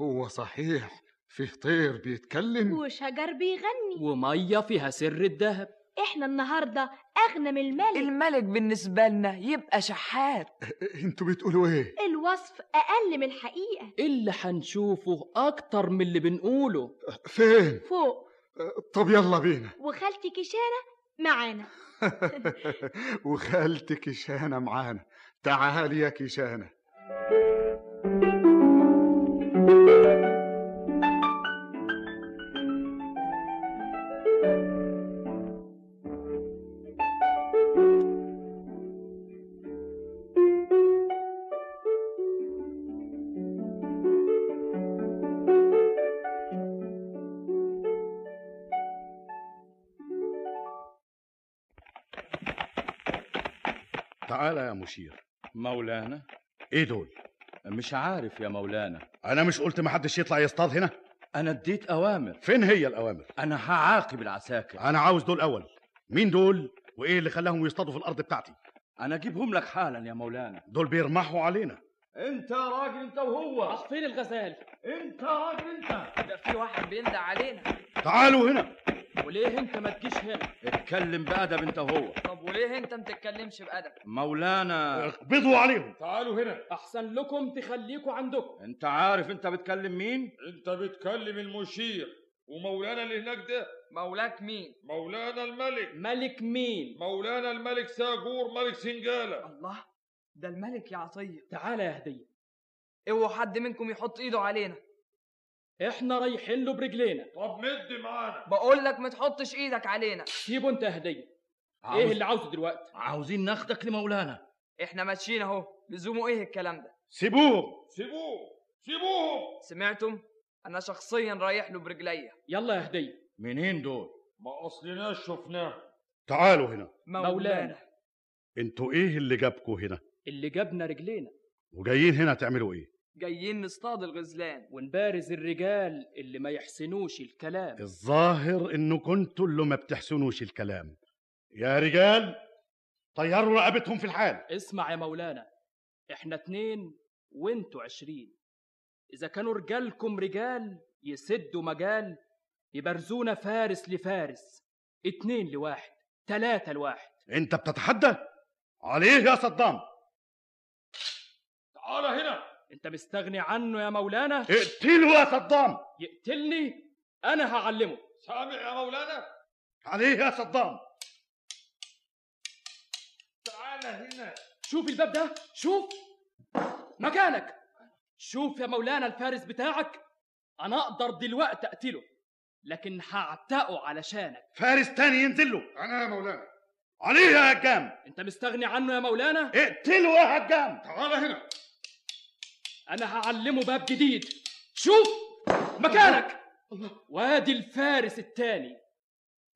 هو صحيح فيه طير بيتكلم وشجر بيغني ومية فيها سر الذهب احنا النهارده اغنى من الملك الملك بالنسبة لنا يبقى شحات انتوا بتقولوا ايه الوصف اقل من الحقيقه إيه اللي هنشوفه أكتر من اللي بنقوله فين فوق طب يلا بينا وخالتي كيشانة معانا وخالتك كيشانة معانا تعالي يا كيشانة تعالى يا مشير مولانا ايه دول مش عارف يا مولانا انا مش قلت ما حدش يطلع يصطاد هنا انا اديت اوامر فين هي الاوامر انا هعاقب العساكر انا عاوز دول اول مين دول وايه اللي خلاهم يصطادوا في الارض بتاعتي انا اجيبهم لك حالا يا مولانا دول بيرمحوا علينا انت يا راجل انت وهو فين الغزال انت يا راجل انت ده في واحد بيندع علينا تعالوا هنا وليه انت ما تجيش هنا اتكلم بأدب انت هو طب وليه انت ما بتتكلمش بادب مولانا اقبضوا عليهم تعالوا هنا احسن لكم تخليكوا عندكم انت عارف انت بتكلم مين انت بتكلم المشير ومولانا اللي هناك ده مولاك مين مولانا الملك ملك مين مولانا الملك ساجور ملك سنجاله الله ده الملك يا عطيه تعالى يا هديه اوعوا حد منكم يحط ايده علينا احنا رايحين له برجلينا طب مد معانا بقول لك ما تحطش ايدك علينا سيبه انت هديه إيه عاوز- ايه اللي عاوزه دلوقتي عاوزين ناخدك لمولانا احنا ماشيين اهو لزوموا ايه الكلام ده سيبوهم سيبوه سيبوهم سمعتم انا شخصيا رايح له برجليا يلا يا هديه منين دول ما اصلناش شفناه تعالوا هنا مولانا. انتوا ايه اللي جابكوا هنا اللي جابنا رجلينا وجايين هنا تعملوا ايه جايين نصطاد الغزلان ونبارز الرجال اللي ما يحسنوش الكلام الظاهر انه كنتوا اللي ما بتحسنوش الكلام يا رجال طيروا رقبتهم في الحال اسمع يا مولانا احنا اتنين وانتوا عشرين اذا كانوا رجالكم رجال يسدوا مجال يبرزونا فارس لفارس اتنين لواحد تلاتة لواحد انت بتتحدى عليه يا صدام تعالى هنا انت مستغني عنه يا مولانا اقتله يا صدام يقتلني انا هعلمه سامع يا مولانا عليه يا صدام تعالى هنا شوف الباب ده شوف مكانك شوف يا مولانا الفارس بتاعك انا اقدر دلوقتي اقتله لكن هعتقه علشانك فارس تاني ينزل له انا يا مولانا عليه يا هجام انت مستغني عنه يا مولانا اقتله يا هجام تعالى هنا انا هعلمه باب جديد شوف مكانك وادي الفارس التاني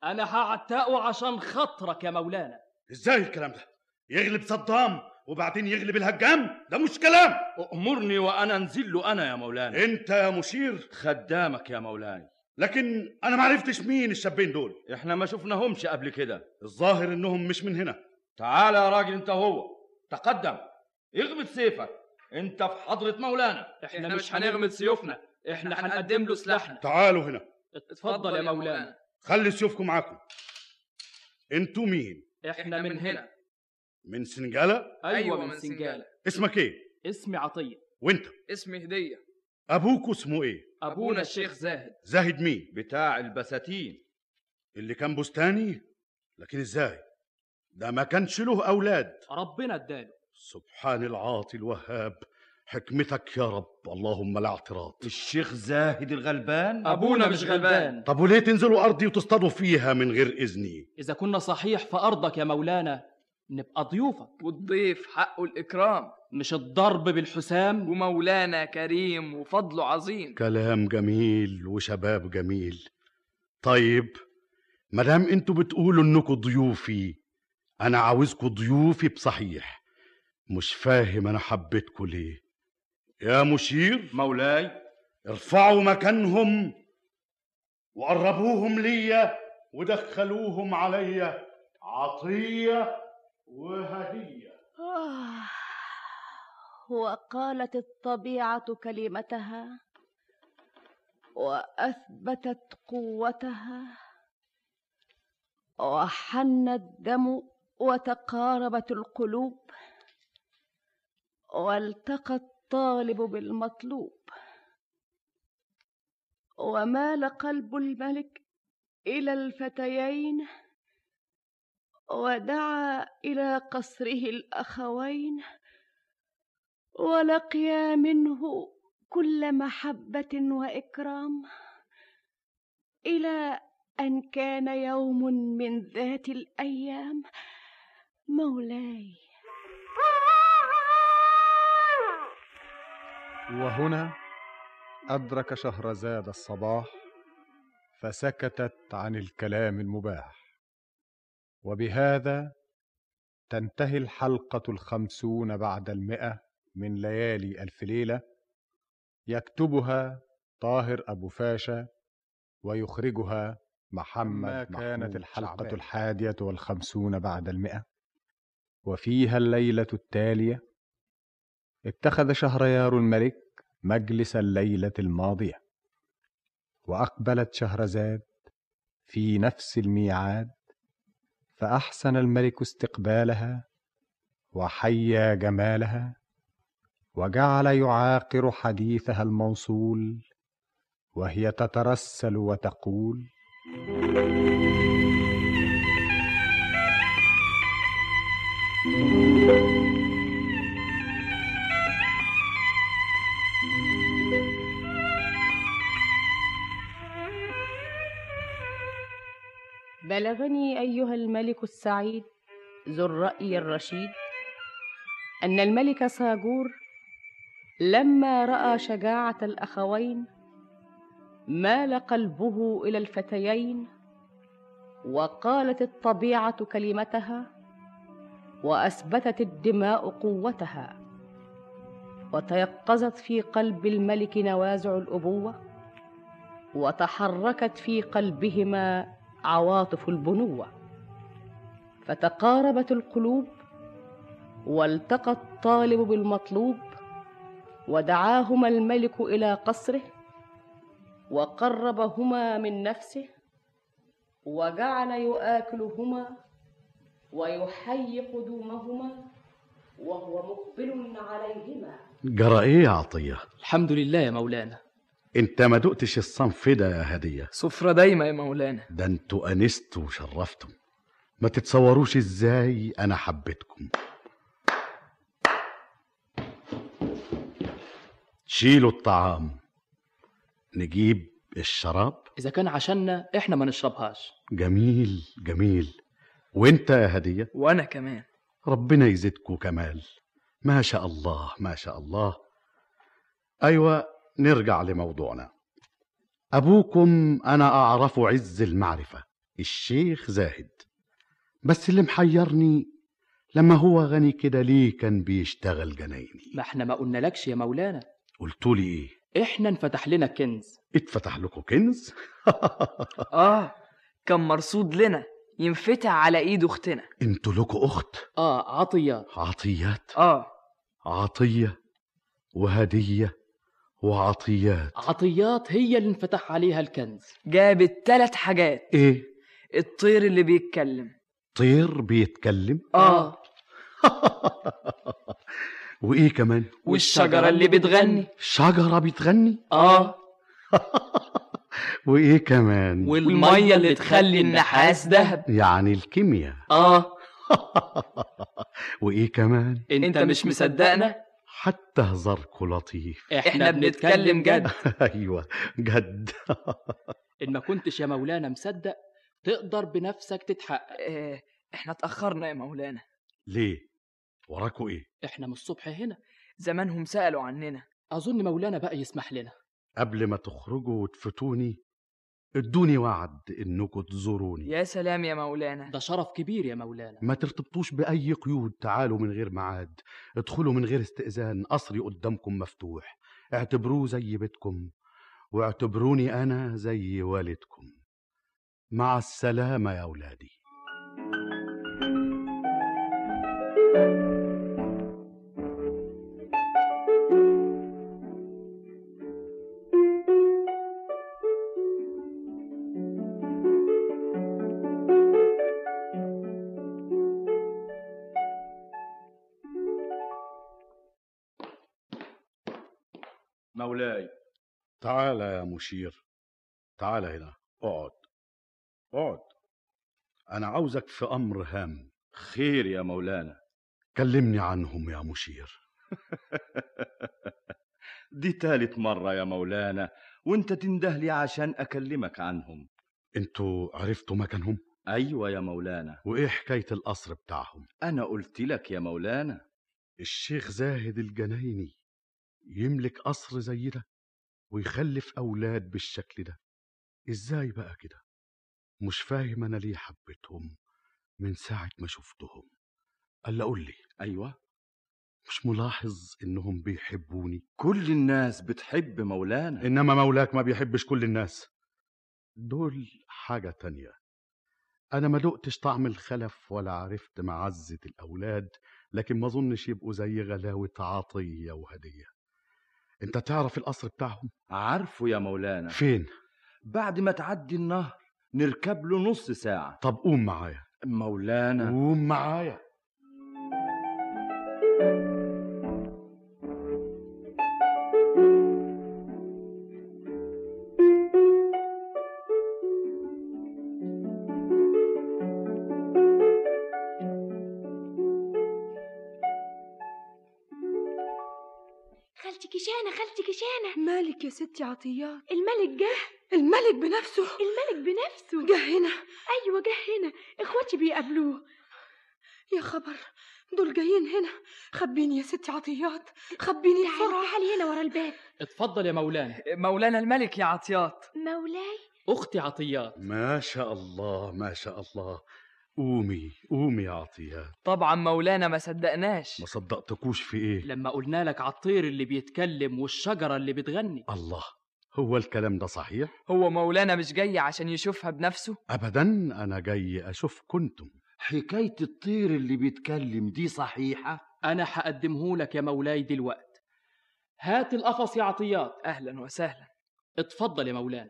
انا هعتقه عشان خاطرك يا مولانا ازاي الكلام ده يغلب صدام وبعدين يغلب الهجام ده مش كلام امرني وانا انزل له انا يا مولانا انت يا مشير خدامك يا مولانا لكن انا ما عرفتش مين الشابين دول احنا ما شفناهمش قبل كده الظاهر انهم مش من هنا تعال يا راجل انت هو تقدم اغمد سيفك انت في حضرة مولانا احنا مش مش هنغمد هنغمد سيوفنا. سيوفنا. احنا إحنا هنقدم هنقدم له سلاحنا. تعالوا هنا اتفضل يا مولانا خلي سيوفكم معاكم انتوا مين احنا من هنا من سنجالة ايوه من سنجاله اسمك ايه اسمي عطيه وانت اسمي هديه ابوك اسمه ايه ابونا الشيخ زاهد زاهد مين بتاع البساتين اللي كان بستاني لكن ازاي ده ما كانش له اولاد ربنا اداله سبحان العاطي الوهاب حكمتك يا رب اللهم لا اعتراض الشيخ زاهد الغلبان أبونا مش غلبان. طب وليه تنزلوا ارضي وتصطادوا فيها من غير اذني إذا كنا صحيح في أرضك يا مولانا نبقى ضيوفك والضيف حقه الاكرام مش الضرب بالحسام ومولانا كريم وفضله عظيم كلام جميل وشباب جميل طيب مدام انتوا بتقولوا انكم ضيوفي انا عاوزكم ضيوفي بصحيح مش فاهم انا حبيتكم ليه يا مشير مولاي ارفعوا مكانهم وقربوهم ليا ودخلوهم عليا عطيه وهديه آه. وقالت الطبيعة كلمتها وأثبتت قوتها وحن الدم وتقاربت القلوب والتقى الطالب بالمطلوب ومال قلب الملك إلى الفتيين ودعا الى قصره الاخوين ولقيا منه كل محبه واكرام الى ان كان يوم من ذات الايام مولاي وهنا أدرك شهرزاد الصباح فسكتت عن الكلام المباح وبهذا تنتهي الحلقة الخمسون بعد المئة من ليالي ألف ليلة يكتبها طاهر أبو فاشا ويخرجها محمد كانت الحلقة الحادية والخمسون بعد المئة وفيها الليلة التالية اتخذ شهريار الملك مجلس الليلة الماضية وأقبلت شهرزاد في نفس الميعاد فاحسن الملك استقبالها وحيا جمالها وجعل يعاقر حديثها الموصول وهي تترسل وتقول بلغني ايها الملك السعيد ذو الراي الرشيد ان الملك ساجور لما راى شجاعه الاخوين مال قلبه الى الفتيين وقالت الطبيعه كلمتها واثبتت الدماء قوتها وتيقظت في قلب الملك نوازع الابوه وتحركت في قلبهما عواطف البنوه فتقاربت القلوب والتقى الطالب بالمطلوب ودعاهما الملك الى قصره وقربهما من نفسه وجعل يؤكلهما ويحيي قدومهما وهو مقبل عليهما جرى ايه يا عطيه الحمد لله يا مولانا انت ما دقتش الصنف ده يا هديه سفرة دايمة يا مولانا ده انتوا انستوا وشرفتم ما تتصوروش ازاي انا حبيتكم شيلوا الطعام نجيب الشراب إذا كان عشاننا إحنا ما نشربهاش جميل جميل وانت يا هديه وأنا كمان ربنا يزيدكوا كمال ما شاء الله ما شاء الله ايوه نرجع لموضوعنا ابوكم انا اعرفه عز المعرفه الشيخ زاهد بس اللي محيرني لما هو غني كده ليه كان بيشتغل جنايني ما إحنا ما قلنالكش يا مولانا قلتولي ايه إحنا انفتح لنا كنز اتفتح لكم كنز آه كان مرصود لنا ينفتح على إيد أختنا انتوا لكم اخت آه عطيات عطيات آه عطيه وهديه وعطيات عطيات هي اللي انفتح عليها الكنز جابت ثلاث حاجات ايه إيه؟ الطير اللي بيتكلم طير بيتكلم آه وايه كمان والشجرة اللي بتغني شجره بتغني آه وايه كمان والمية اللي تخلي النحاس دهب يعني الكيمياء آه وايه كمان أنت مش مصدقنا حتى هزاركوا لطيف إحنا بنتكلم جد ايوه جد إن ما كنتش يا مولانا مصدق تقدر بنفسك تتحقق إيه احنا اتأخرنا يا مولانا ليه وراكوا ايه إحنا من الصبح هنا زمانهم سألوا عننا أظن مولانا بقى يسمح لنا قبل ما تخرجوا وتفتوني ادوني وعد انكم تزوروني يا سلام يا مولانا ده شرف كبير يا مولانا ما ترتبطوش باي قيود تعالوا من غير ميعاد ادخلوا من غير استئذان قصري قدامكم مفتوح اعتبروه زي بيتكم واعتبروني انا زي والدكم مع السلامه يا اولادي مولاي تعالى يا مشير تعالى هنا اقعد اقعد انا عاوزك في امر هام خير يا مولانا كلمني عنهم يا مشير دي تالت مرة يا مولانا وانت تنده لي عشان أكلمك عنهم انتوا عرفتوا مكانهم أيوة يا مولانا وايه حكايه القصر بتاعهم أنا قلت لك يا مولانا الشيخ زاهد الجنايني يملك قصر زي ده ويخلف اولاد بالشكل ده ازاي بقى كده مش فاهم انا ليه حبيتهم من ساعه ما شفتهم الا قول لي أيوة مش ملاحظ انهم بيحبوني كل الناس بتحب مولانا انما مولاك ما بيحبش كل الناس دول حاجه تانية انا ما دقتش طعم الخلف ولا عرفت معزه الاولاد لكن ما اظنش يبقوا زي غلاوه عطيه وهديه انت تعرف القصر بتاعهم عارفه يا مولانا فين بعد ما تعدي النهر نركب له نص ساعة طب قوم معايا مولانا قوم معايا خالتي كشانة خالتي كشانة مالك يا ستي عطيات الملك جه الملك بنفسه الملك بنفسه جه هنا أيوة جه هنا إخواتي بيقابلوه يا خبر دول جايين هنا خبيني يا ستي عطيات خبيني بسرعة تعالي هنا ورا الباب اتفضل يا مولانا مولانا الملك يا عطيات مولاي أختي عطيات ما شاء الله ما شاء الله قومي قومي يا عطيات طبعا مولانا ما صدقناش ما صدقتكوش في ايه لما قلنا لك على الطير اللي بيتكلم والشجرة اللي بتغني الله هو الكلام ده صحيح هو مولانا مش جاي عشان يشوفها بنفسه ابدا انا جاي اشوف كنتم حكاية الطير اللي بيتكلم دي صحيحة أنا هقدمهولك يا مولاي دلوقتي هات القفص يا عطيات أهلا وسهلا اتفضل يا مولانا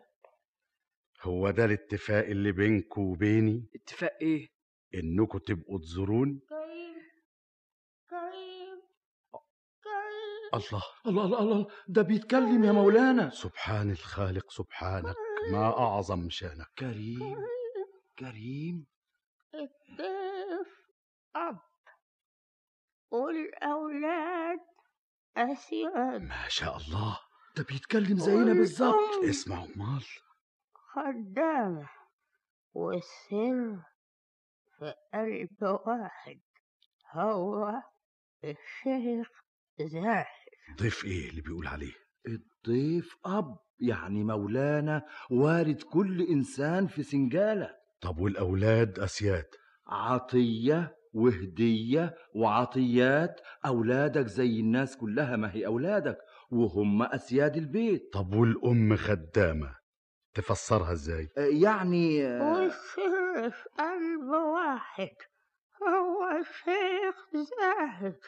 هو ده الاتفاق اللي بينكم وبيني اتفاق إيه؟ انكم تبقوا تزورون كريم كريم كريم الله الله الله الله ده بيتكلم يا مولانا سبحان الخالق سبحانك ما اعظم شانك كريم كريم الضيف أب والأولاد أسياد ما شاء الله ده بيتكلم زينا بالظبط اسمع امال خدامة والسر في قلب واحد هو الشيخ زاهد ضيف ايه اللي بيقول عليه الضيف أب يعني مولانا وارد كل إنسان في سنجالة طب والاولاد اسياد عطية وهدية وعطيات أولادك زي الناس كلها ما هي أولادك وهم أسياد البيت طب والام خدامه تفسرها ازاي يعني آه، والسر في قلب واحد هو الشيخ زاهد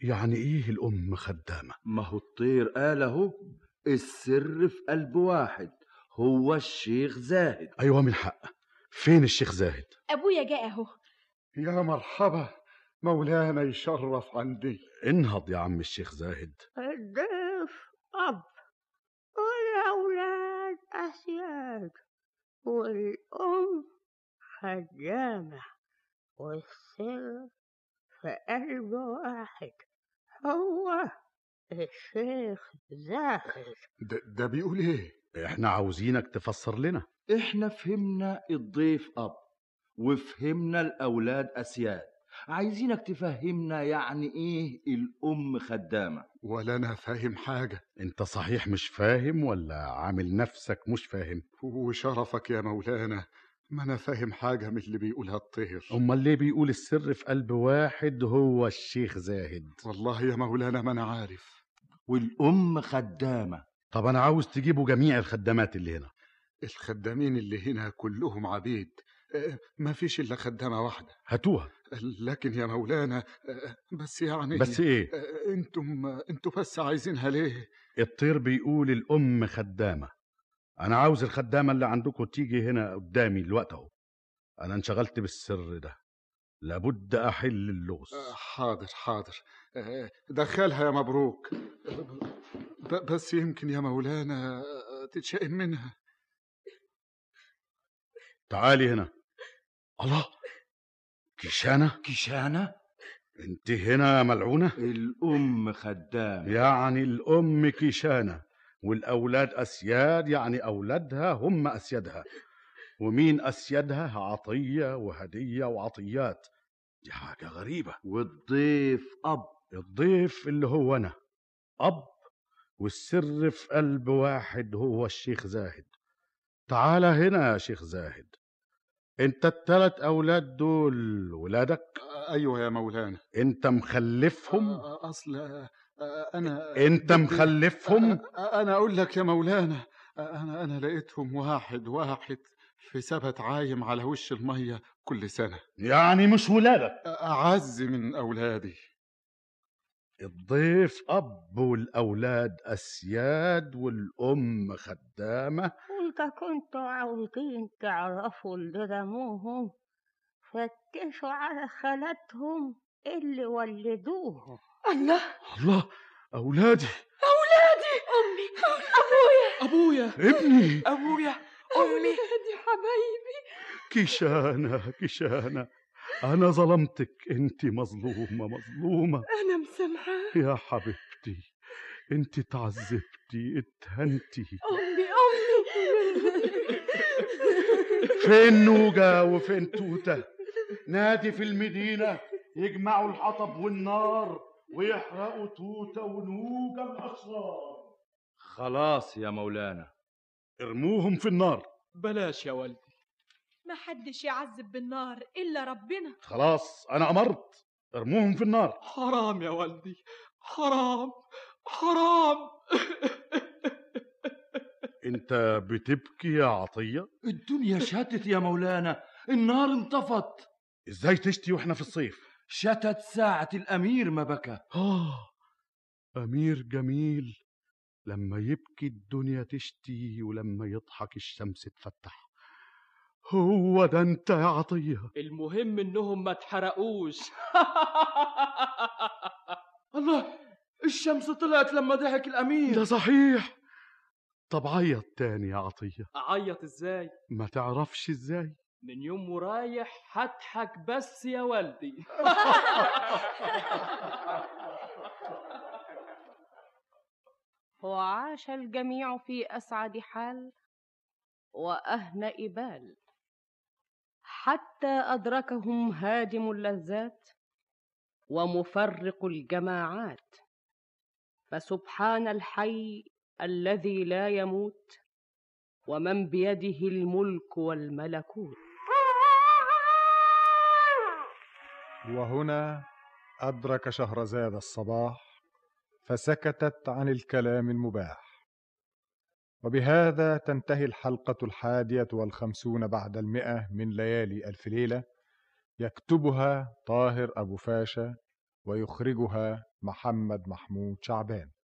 يعني ايه الام خدامه ما هو الطير قال اهو السر في قلب واحد هو الشيخ زاهد ايوه من حق فين الشيخ زاهد أبويا جاء أهو يا مرحبا مولانا يشرف عندي انهض يا عم الشيخ زاهد الضيف أب والأولاد أسياد والأم خدامة والسر في قلب واحد هو الشيخ زاهد ده, ده بيقول ايه احنا عاوزينك تفسر لنا إحنا فهمنا الضيف أب وفهمنا الأولاد أسياد عايزينك تفهمنا يعني إيه الأم خدامة ولا انا فاهم حاجه انت صحيح مش فاهم ولا عامل نفسك مش فاهم وشرفك يا مولانا ما انا فاهم حاجه من اللي بيقولها الطير امال ليه بيقول السر في قلب واحد هو الشيخ زاهد والله يا مولانا ما انا عارف والأم خدامة طب انا عاوز تجيبوا جميع الخدامات اللي هنا الخدامين اللي هنا كلهم عبيد آه، ما فيش الا خدامه واحده هاتوها لكن يا مولانا آه، بس يعني بس إيه؟ آه، انتم انتم بس عايزينها ليه الطير بيقول الام خدامه انا عاوز الخدامه اللي عندكم تيجي هنا قدامي الوقت اهو انا انشغلت بالسر ده لابد احل اللغز آه، حاضر حاضر آه، دخلها يا مبروك ب- بس يمكن يا مولانا آه، تتشائم منها تعالي هنا الله كيشانه كيشانة انت هنا يا ملعونه الأم خدامة يعني الأم كيشانة والأولاد أسياد يعني أولادها هم أسيادها ومين أسيادها عطية وهدية وعطيات دي حاجة غريبة والضيف أب الضيف اللي هو أنا أب والسر في قلب واحد هو الشيخ زاهد تعال هنا يا شيخ زاهد انت التلات أولاد دول ولادك آه، ايوه يا مولانا انت مخلفهم آه، اصل آه، انا انت آه، مخلفهم انا اقول لك يا مولانا انا انا لقيتهم واحد واحد في سبت عايم على وش الميه كل سنه آه، يعني مش ولادك اعز من اولادي الضيف أب والأولاد أسياد والأم خدامة إذا كنتوا عاوزين تعرفوا اللي رموهم فتشوا على خالاتهم اللي ولدوهم الله الله أولادي أولادي أمي أبويا أبويا ابني أبويا أمي أولادي حبايبي كشانة كشانة أنا ظلمتك أنت مظلومة مظلومة أنا مسامحاه يا حبيبتي أنت تعذبتي اتهنتي أمي أمي فين نوجة وفين توتة نادي في المدينة يجمعوا الحطب والنار ويحرقوا توته ونوجه الاشرار خلاص يا مولانا ارموهم في النار بلاش يا ولدي ما حدش يعذب بالنار إلا ربنا خلاص أنا أمرت ارموهم في النار حرام يا ولدي حرام حرام أنت بتبكي يا عطية الدنيا شتت يا مولانا النار انطفت إزاي تشتي وإحنا في الصيف شتت ساعة الأمير ما بكى آه أمير جميل لما يبكي الدنيا تشتي ولما يضحك الشمس تفتح هو ده أنت يا عطية المهم انهم ما اتحرقوش الله الشمس طلعت لما ضحك الأمير ده صحيح طب عيط تاني يا عطية اعيط ازاي ما تعرفش إزاي من يوم ورايح هضحك بس يا والدي وعاش الجميع في أسعد حال وأهنأ بال حتى أدركهم هادم اللذات ومفرق الجماعات فسبحان الحي الذي لا يموت ومن بيده الملك والملكوت وهنا أدرك شهرزاد الصباح فسكتت عن الكلام المباح وبهذا تنتهي الحلقة الحادية والخمسون بعد المئة من ليالي ألف ليلة يكتبها طاهر أبو فاشا ويخرجها محمد محمود شعبان